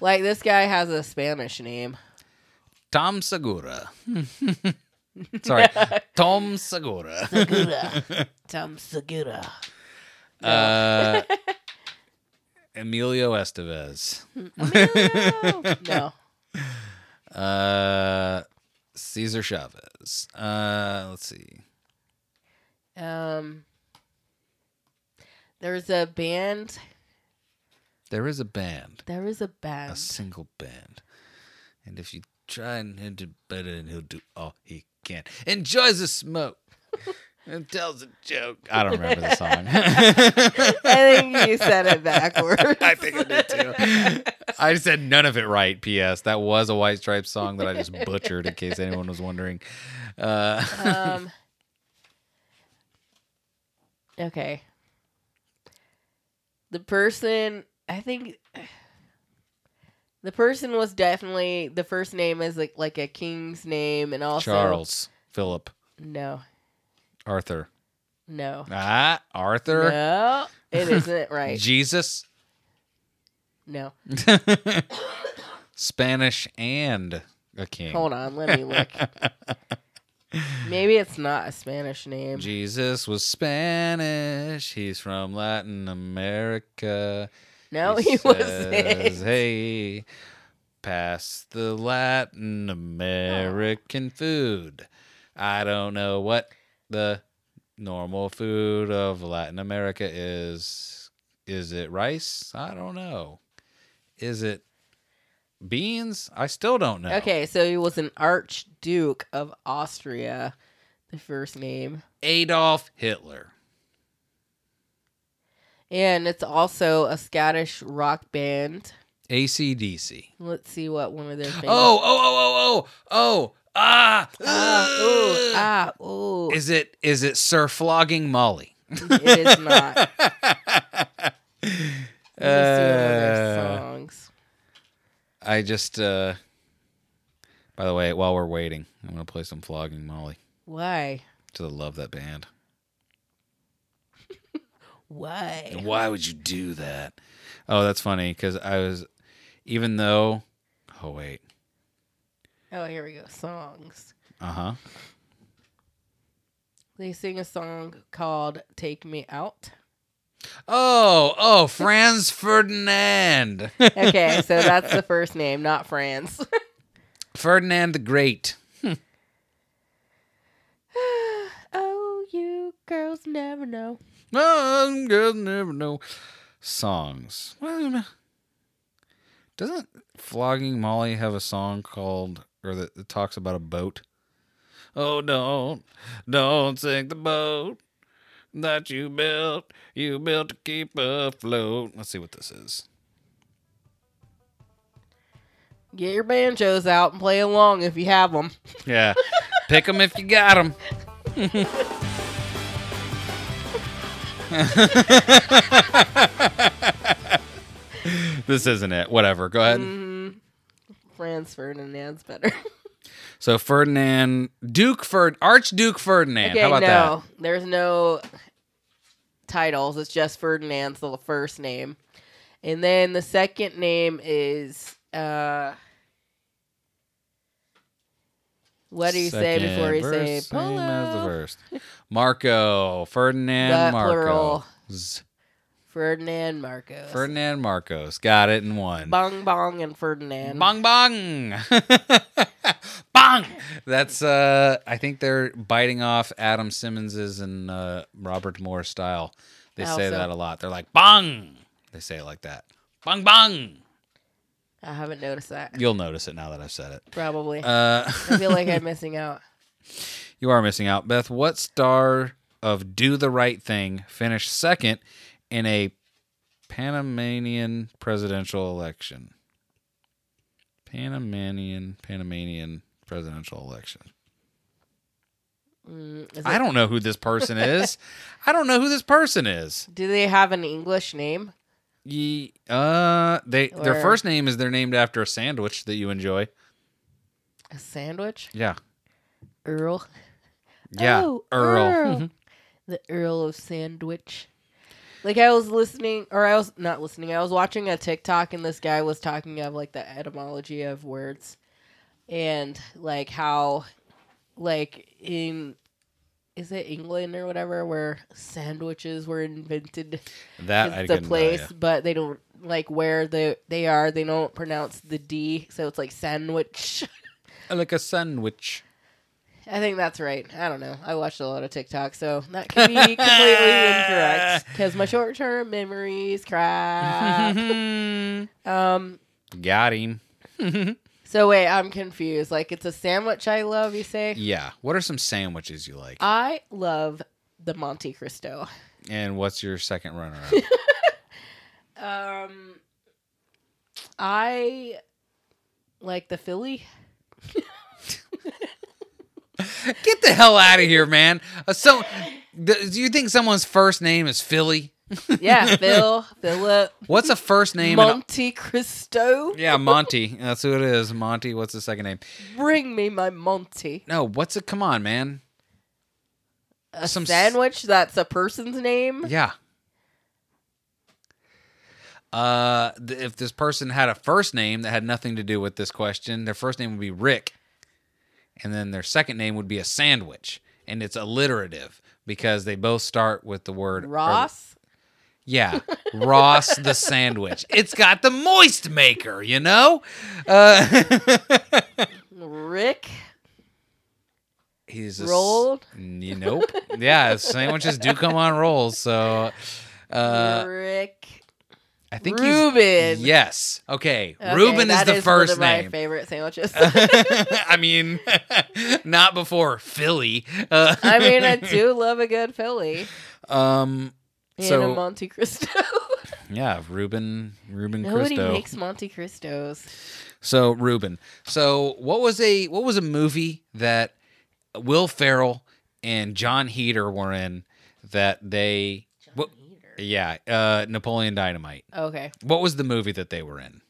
Speaker 4: Like this guy has a Spanish name.
Speaker 3: Tom Segura. Sorry, Tom
Speaker 4: *laughs*
Speaker 3: Segura. *laughs*
Speaker 4: Segura. Tom Segura.
Speaker 3: Uh, Emilio Estevez.
Speaker 4: No.
Speaker 3: Uh, Cesar Chavez. Uh, let's see.
Speaker 4: Um, there was a band.
Speaker 3: There is a band,
Speaker 4: There was a
Speaker 3: a
Speaker 4: band.
Speaker 3: single band, and if you try and he'll do better, and he'll do all he can. Enjoys the *laughs* smoke and tells a joke. I don't remember the song.
Speaker 4: I think you said it backwards.
Speaker 3: *laughs* I think I did too. *laughs* I said none of it right. P.S. That was a White Stripes song that I just butchered, in case anyone was wondering. Uh,
Speaker 4: Um. Okay. The person, I think, the person was definitely the first name is like like a king's name, and also
Speaker 3: Charles, Philip,
Speaker 4: No,
Speaker 3: Arthur.
Speaker 4: no,
Speaker 3: Ah, Arthur.
Speaker 4: no, it isn't
Speaker 3: *laughs*
Speaker 4: right.
Speaker 3: Jesus,
Speaker 4: no,
Speaker 3: Spanish, and a king.
Speaker 4: hold on, let me look. Maybe it's not a Spanish name.
Speaker 3: Jesus was Spanish. He's from Latin America.
Speaker 4: no, he, wasn't. *laughs*
Speaker 3: says, Hey, pass the Latin American food. I don't know what the normal food of Latin America is. Is it rice? I don't know. Is it beans? I still don't know.
Speaker 4: Okay, so he was an Archduke of Austria. The first name.
Speaker 3: Adolf Hitler.
Speaker 4: And it's also a Scottish rock band.
Speaker 3: ACDC.
Speaker 4: Let's see what one of their famous.
Speaker 3: Oh, oh, oh, oh, oh, oh. Ah.
Speaker 4: ah, ooh,
Speaker 3: ugh.
Speaker 4: ah, ooh.
Speaker 3: Is it is it Sir Flogging Molly?
Speaker 4: it
Speaker 3: *laughs*
Speaker 4: is not. Let me see one of their
Speaker 3: Uh,
Speaker 4: songs.
Speaker 3: I just uh by the way, while we're waiting, I'm gonna play some flogging Molly.
Speaker 4: Why?
Speaker 3: To love that band.
Speaker 4: Why?
Speaker 3: Why would you do that? Oh, that's funny, because I was even though oh wait.
Speaker 4: Oh, here we go. Songs.
Speaker 3: Uh-huh.
Speaker 4: They sing a song called "Take Me Out."
Speaker 3: Oh, oh, *laughs* Franz Ferdinand.
Speaker 4: Okay, so that's
Speaker 3: *laughs*
Speaker 4: the first name, not Franz.
Speaker 3: Ferdinand the Great.
Speaker 4: *laughs* oh, you girls never know.
Speaker 3: Oh, girls never know. Songs. Well, Doesn't Flogging Molly have a song called, or that, that talks about a boat? Oh, don't, don't sink the boat that you built. You built to keep afloat. Let's see what this is.
Speaker 4: Get your banjos out and play along if you have them.
Speaker 3: *laughs* Yeah. Pick 'em if you got 'em. *laughs* this isn't it. Whatever. Go ahead.
Speaker 4: Franz Ferdinand's better. *laughs*
Speaker 3: So Ferdinand, Duke Ferd, Archduke Ferdinand.
Speaker 4: Okay,
Speaker 3: How about
Speaker 4: no, there's no titles. It's just Ferdinand's the first name, and then the second name is uh, what
Speaker 3: that?
Speaker 4: do you say before you
Speaker 3: Second
Speaker 4: say
Speaker 3: verse, same as the
Speaker 4: polo?
Speaker 3: first. Marco, Ferdinand
Speaker 4: The
Speaker 3: Marco,
Speaker 4: plural. Ferdinand Marcos,
Speaker 3: Ferdinand Marcos. Got it in one.
Speaker 4: Bong Bong, and Ferdinand.
Speaker 3: Bong bong. *laughs* bong. That's uh I think they're biting off Adam Simmons's and uh Robert Moore style. They
Speaker 4: How
Speaker 3: say
Speaker 4: so?
Speaker 3: that a lot. They're like bong. They say it like that. Bong bong.
Speaker 4: I haven't noticed that.
Speaker 3: You'll notice it now that I've said it.
Speaker 4: Probably,
Speaker 3: Uh *laughs*
Speaker 4: I feel like I'm missing out.
Speaker 3: you are missing out. Beth, what star of Do the Right Thing finished second in a Panamanian presidential election? Panamanian, Panamanian presidential election.
Speaker 4: Mm, is
Speaker 3: *laughs* I
Speaker 4: it-
Speaker 3: don't know who this person is. I don't know who this person is.
Speaker 4: do they have an English name?
Speaker 3: Ye, uh, they their
Speaker 4: Or-
Speaker 3: first name is they're named after a sandwich that you enjoy.
Speaker 4: A sandwich?
Speaker 3: Yeah,
Speaker 4: Earl.
Speaker 3: yeah,
Speaker 4: Oh,
Speaker 3: Earl. Mhm.
Speaker 4: The Earl of Sandwich. Like I was listening or I was not listening. I was watching a TikTok and this guy was talking of like the etymology of words and like how like in is it England or whatever where sandwiches were invented
Speaker 3: That
Speaker 4: is
Speaker 3: I
Speaker 4: the
Speaker 3: couldn't tell
Speaker 4: place,
Speaker 3: ya.
Speaker 4: but they don't like where they they are. They don't pronounce the D, so it's like sandwich.
Speaker 3: I like a sandwich.
Speaker 4: I think that's right. I don't know. I watched a lot of TikTok, so that could be
Speaker 3: *laughs*
Speaker 4: completely incorrect because my short term memory is crap.
Speaker 3: *laughs*
Speaker 4: *laughs* um.
Speaker 3: Mm-hmm. Got him.
Speaker 4: So wait, I'm confused. Like it's a sandwich I love. You say
Speaker 3: Yeah. What are some sandwiches you like?
Speaker 4: I love the Monte Cristo.
Speaker 3: And what's your second runner up? *laughs*
Speaker 4: Um. I like the Philly.
Speaker 3: Get the hell out of here, man. Uh, so, th- do you think someone's first name is Philly? *laughs*
Speaker 4: Yeah, Phil, Philip,
Speaker 3: What's a first name? and a-
Speaker 4: Monte Cristo.
Speaker 3: yeah, Monty. That's who it is. Monty. What's the second name?
Speaker 4: Bring me my Monty.
Speaker 3: No, what's it? Come on, man.
Speaker 4: A
Speaker 3: Some s-
Speaker 4: sandwich that's a person's name.
Speaker 3: Yeah. Uh, th- if this person had a first name that had nothing to do with this question, their first name would be Rick, and then their second name would be a sandwich, and it's alliterative because they both start with the word or the-
Speaker 4: Ross.
Speaker 3: Yeah, Ross the
Speaker 4: *laughs*
Speaker 3: sandwich. It's got the moist maker, you know. Uh, *laughs*
Speaker 4: Rick.
Speaker 3: he's a s-
Speaker 4: Rolled?
Speaker 3: N- nope. Yeah, sandwiches do come on rolls, so uh,
Speaker 4: Rick.
Speaker 3: I think he's-
Speaker 4: Ruben.
Speaker 3: Yes. Okay.
Speaker 4: Okay,
Speaker 3: Reuben is
Speaker 4: that
Speaker 3: the first
Speaker 4: one of
Speaker 3: name.
Speaker 4: My favorite sandwiches.
Speaker 3: *laughs* I mean, *laughs* not before Philly. Uh,
Speaker 4: I mean, I do love a good Philly
Speaker 3: *laughs* um.
Speaker 4: and
Speaker 3: So-
Speaker 4: a Monte Cristo.
Speaker 3: *laughs* Yeah, Reuben. Reuben
Speaker 4: Nobody
Speaker 3: Christo.
Speaker 4: makes Monte Cristos.
Speaker 3: So Ruben. So what was a what was a movie that Will Ferrell and John Heater were in that they what, yeah uh, Napoleon Dynamite.
Speaker 4: Okay.
Speaker 3: What was the movie that they were in?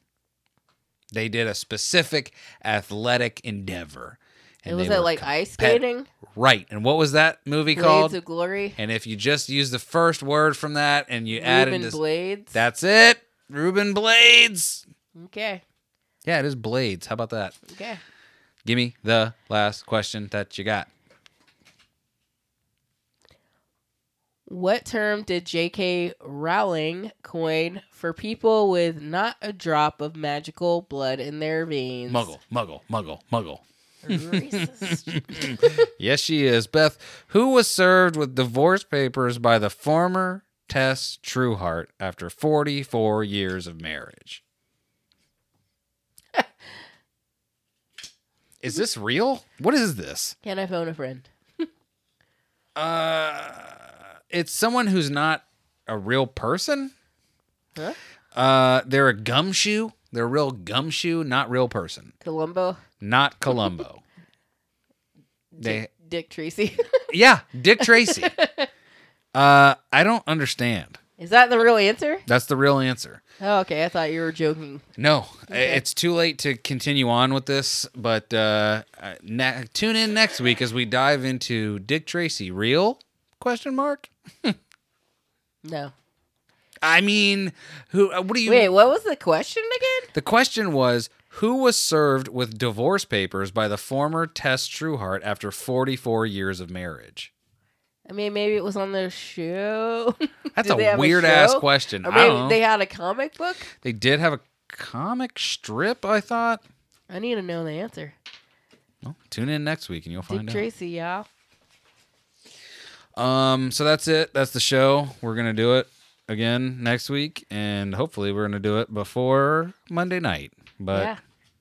Speaker 3: They did a specific athletic endeavor.
Speaker 4: it was
Speaker 3: they
Speaker 4: it
Speaker 3: were
Speaker 4: like
Speaker 3: co-
Speaker 4: ice
Speaker 3: pet-
Speaker 4: skating?
Speaker 3: right. And what was that movie
Speaker 4: Blades
Speaker 3: called?
Speaker 4: of Glory.
Speaker 3: and if you just use the first word from that and you add in
Speaker 4: Ruben
Speaker 3: this,
Speaker 4: Blades.
Speaker 3: that's it. Ruben Blades.
Speaker 4: okay.
Speaker 3: Yeah, it is Blades. How about that?
Speaker 4: Okay.
Speaker 3: Give me the last question that you got.
Speaker 4: What term did J.K. Rowling coin for people with not a drop of magical blood in their veins?
Speaker 3: Muggle, muggle, muggle, muggle.
Speaker 4: Racist.
Speaker 3: *laughs* Yes, she is. Beth, who was served with divorce papers by the former Tess Trueheart after 44 years of marriage? *laughs* is this real? What is this?
Speaker 4: Can I phone a friend?
Speaker 3: Uh, it's someone who's not a real person.
Speaker 4: Huh?
Speaker 3: Uh, they're a gumshoe. They're a real gumshoe, not real person.
Speaker 4: Columbo?
Speaker 3: Not *laughs* Columbo. they
Speaker 4: Dick Tracy? *laughs*
Speaker 3: Yeah, Dick *laughs* Tracy. uh, I don't understand.
Speaker 4: Is that the real answer?
Speaker 3: That's the real answer.
Speaker 4: Oh, okay. I thought you were joking.
Speaker 3: No, i- it's too late to continue on with this, but uh, uh, na- tune in next week as we dive into Dick Tracy real question mark.
Speaker 4: No.
Speaker 3: I mean, who uh, what do you
Speaker 4: Wait, what was the question again?
Speaker 3: The question was who was served with divorce papers by the former Tess Trueheart after 44 years of marriage?
Speaker 4: I mean, maybe it was on their show. *laughs*
Speaker 3: That's
Speaker 4: Did they
Speaker 3: a
Speaker 4: have
Speaker 3: weird ass
Speaker 4: show?
Speaker 3: question.
Speaker 4: Or
Speaker 3: I
Speaker 4: maybe
Speaker 3: don't know.
Speaker 4: they had a comic book?
Speaker 3: they did have a comic strip, I thought.
Speaker 4: I need to know the answer.
Speaker 3: Well, tune in next week and you'll
Speaker 4: Dick
Speaker 3: find
Speaker 4: Tracy, y'all.
Speaker 3: out. Um, so that's it. That's the show. We're gonna do it again next week, and hopefully we're gonna do it before Monday night. But
Speaker 4: yeah.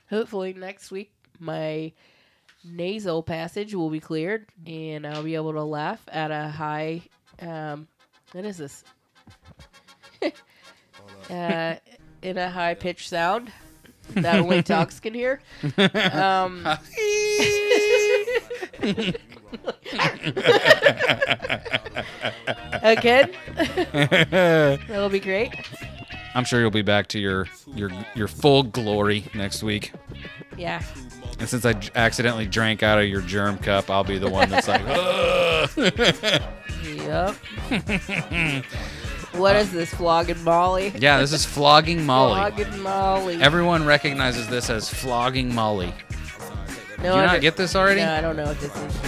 Speaker 4: Hopefully next week my nasal passage will be cleared and I'll be able to laugh at a high um what is this? uh in a high pitched sound that only dogs can hear. Um Again, that'll be great.
Speaker 3: *laughs* I'm sure you'll be back to your your your full glory next week.
Speaker 4: Yeah.
Speaker 3: And since I j- accidentally drank out of your germ cup, I'll be the one that's like, "Ugh."
Speaker 4: Yep. what is this flogging Molly?
Speaker 3: yeah, this is flogging Molly.
Speaker 4: Flogging Molly.
Speaker 3: Everyone recognizes this as flogging Molly.
Speaker 4: no,
Speaker 3: do you
Speaker 4: I
Speaker 3: not
Speaker 4: don't-
Speaker 3: get this already?
Speaker 4: No, I don't know what this is.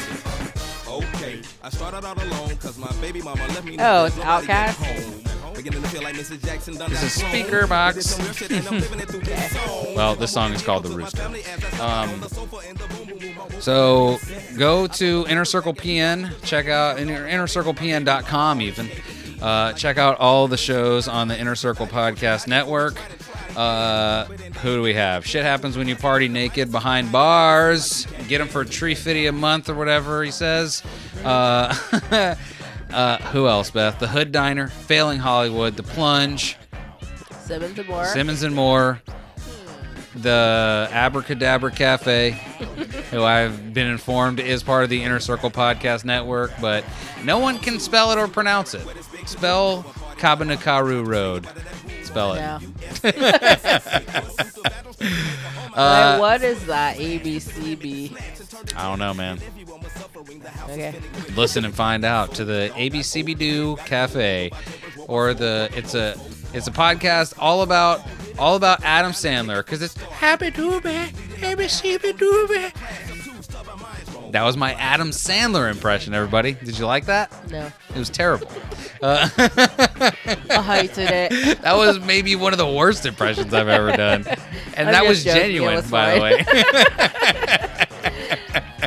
Speaker 12: Okay, I started out alone cause my baby mama left me.
Speaker 4: Oh, it's
Speaker 12: Nobody at
Speaker 4: Outkast?
Speaker 12: home. Beginning to feel like Mrs. Jackson done
Speaker 3: This
Speaker 12: got
Speaker 3: is
Speaker 12: grown.
Speaker 3: speaker
Speaker 12: Did
Speaker 3: box.
Speaker 12: some real shit and I'm living it through this song.
Speaker 3: Well, this song is called The Rooster. Um,
Speaker 12: Sofa in the boom, boom, boom, boom.
Speaker 3: So go to Inner Circle PN, check out inner, innercirclepn.com even. Uh, check out all the shows on the Inner Circle Podcast Network. Uh, who do we have? Shit happens when you party naked behind bars. Get them for a tree fitty a month or whatever he says. Uh, *laughs* uh, who else, Beth? The Hood Diner, Failing Hollywood, The Plunge.
Speaker 4: Simmons and Moore.
Speaker 3: Simmons and Moore, the Abracadabra Cafe, who I've been informed is part of the Inner Circle Podcast Network, but no one can spell it or pronounce it. Spell Kabanakaru Road. Spell it. *laughs*
Speaker 4: No.
Speaker 3: Uh,
Speaker 4: Like, what is that? ABCB.
Speaker 3: I don't know, man.
Speaker 4: Okay.
Speaker 3: Listen and find out to the ABCBDoo Cafe, or the it's a it's a podcast all about all about Adam Sandler because it's Happy Doobie, ABC Doobie. That was my Adam Sandler impression, everybody. Did you like that?
Speaker 4: No.
Speaker 3: It was terrible. Uh, *laughs*
Speaker 4: I hated it.
Speaker 3: that was maybe one of the worst impressions I've ever
Speaker 4: *laughs*
Speaker 3: done. And
Speaker 4: I'm
Speaker 3: that
Speaker 4: just
Speaker 3: was
Speaker 4: joking, it
Speaker 3: genuine,
Speaker 4: was
Speaker 3: by the
Speaker 4: fine. *laughs*
Speaker 3: way. *laughs*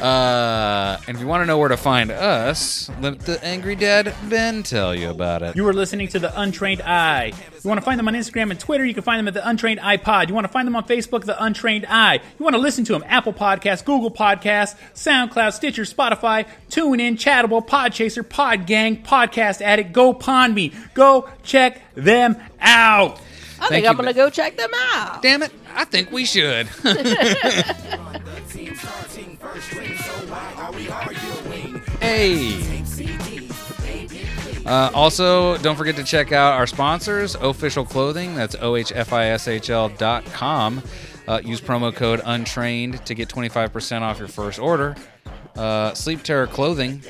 Speaker 3: uh, and if you want to know where to find us, let the Angry Dad Ben tell you about it.
Speaker 10: You are listening to The Untrained Eye. You want to find them on Instagram and Twitter, you can find them at The Untrained iPod. You want to find them on Facebook, The Untrained Eye. You want to listen to them, Apple Podcasts, Google Podcasts, SoundCloud, Stitcher, Spotify, TuneIn, Chattable, Podchaser, Podgang, Podcast Addict, GoPondMe. Go check them out.
Speaker 4: I think I'm going to go check them out.
Speaker 3: Damn it. I think we should. *laughs* hey. Uh, also, don't forget to check out our sponsors, Official Clothing. That's O-H-F-I-S-H-L dot com. Uh, use promo code UNTRAINED to get 25% off your first order. Uh, Sleep Terror Clothing.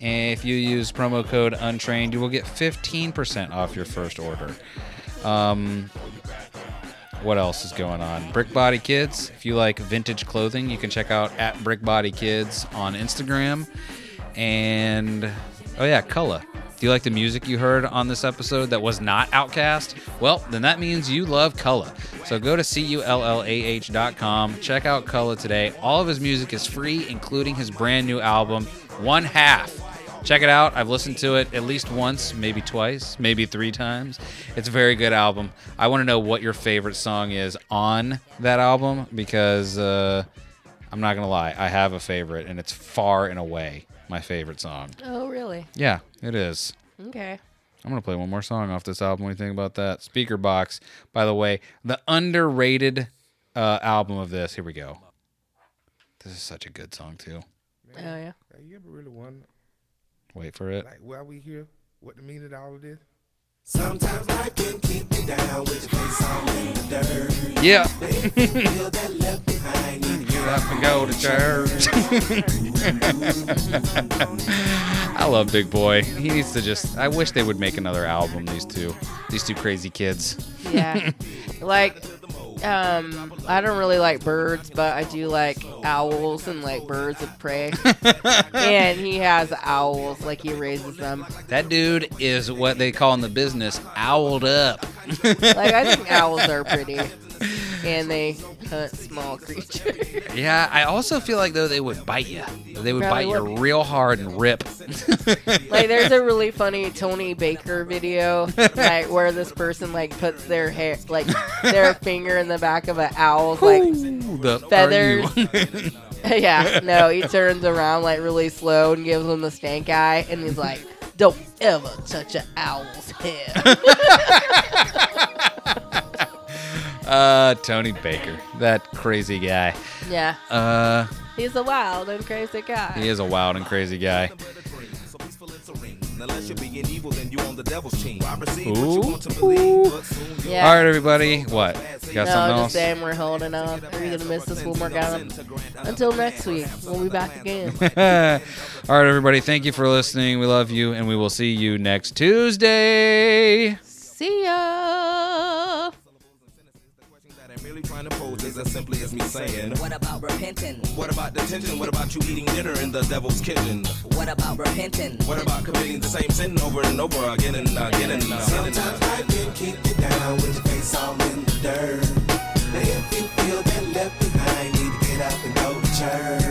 Speaker 3: If you use promo code UNTRAINED, you will get 15% off your first order. Um, what else is going on? Brick Body Kids. If you like vintage clothing, you can check out at Brick Body Kids on Instagram. And oh yeah, Culla. Do you like the music you heard on this episode that was not Outcast? Well, then that means you love Culla. So go to cullah.com, check out Culla today. All of his music is free, including his brand new album, One Half. Check it out. I've listened to it at least once, maybe twice, maybe three times. It's a very good album. I want to know what your favorite song is on that album because uh, I'm not going to lie. I have a favorite, and it's far and away my favorite song.
Speaker 4: Oh, really?
Speaker 3: Yeah, it is.
Speaker 4: Okay.
Speaker 3: I'm going to play one more song off this album. What do you think about that? Speaker Box, by the way, the underrated uh, album of this. Here we go. This is such a good song, too.
Speaker 4: Oh, yeah.
Speaker 13: Like, you ever really wonder,
Speaker 3: Wait for it.
Speaker 13: like, why we here? What the meaning of all of this?
Speaker 12: Sometimes life can keep you down with your face all in the dirt.
Speaker 3: Yeah.
Speaker 12: But if you feel that left behind, you
Speaker 3: You have to go to church. *laughs* I love Big Boy. He needs to just. I wish they would make another album. These two, these two crazy kids. *laughs*
Speaker 4: Yeah. like, um, I don't really like birds, but I do like owls and like birds of
Speaker 3: *laughs*
Speaker 4: prey. and he has owls, like he raises them.
Speaker 3: That dude is what they call in the business owled up. *laughs*
Speaker 4: Like I think owls are pretty, and they hunt small creatures.
Speaker 3: Yeah, I also feel like though they would bite you. They would
Speaker 4: Probably
Speaker 3: bite you real hard and rip.
Speaker 4: like there's a really funny Tony Baker video, like where this person like puts their hair, like their finger in the back of an owl's *laughs* like
Speaker 3: the
Speaker 4: feathers.
Speaker 3: are you?
Speaker 4: *laughs* yeah, no, he turns around like really slow and gives him the stank eye, and he's like, "Don't ever touch an owl's head."
Speaker 3: *laughs* uh, Tony Baker, that crazy guy.
Speaker 4: Yeah.
Speaker 3: Uh,
Speaker 4: he's a wild and crazy guy.
Speaker 3: he is a wild and crazy guy.
Speaker 10: Unless you're being evil, then you on the devil's team. I receive what you
Speaker 3: Ooh.
Speaker 10: want to believe, but soon you'll
Speaker 4: Yeah.
Speaker 3: All right, everybody. What? You
Speaker 4: no,
Speaker 3: got something
Speaker 4: just
Speaker 3: else?
Speaker 4: saying we're holding on. We're gonna miss this one more time. Until next week, we'll be back again.
Speaker 3: *laughs* All right, everybody. Thank you for listening. We love you, and we will see you next Tuesday.
Speaker 4: See ya.
Speaker 10: that I'm merely trying to pose is as simply as me saying.
Speaker 14: What about repenting?
Speaker 10: What about detention? What about you eating dinner in the devil's kitchen?
Speaker 14: What about repenting?
Speaker 10: What about committing the same sin over and over again and again and again?
Speaker 14: Sometimes
Speaker 10: I can keep you down with your face all in the dirt.
Speaker 15: Now if you feel that left behind, need to get up and go to church.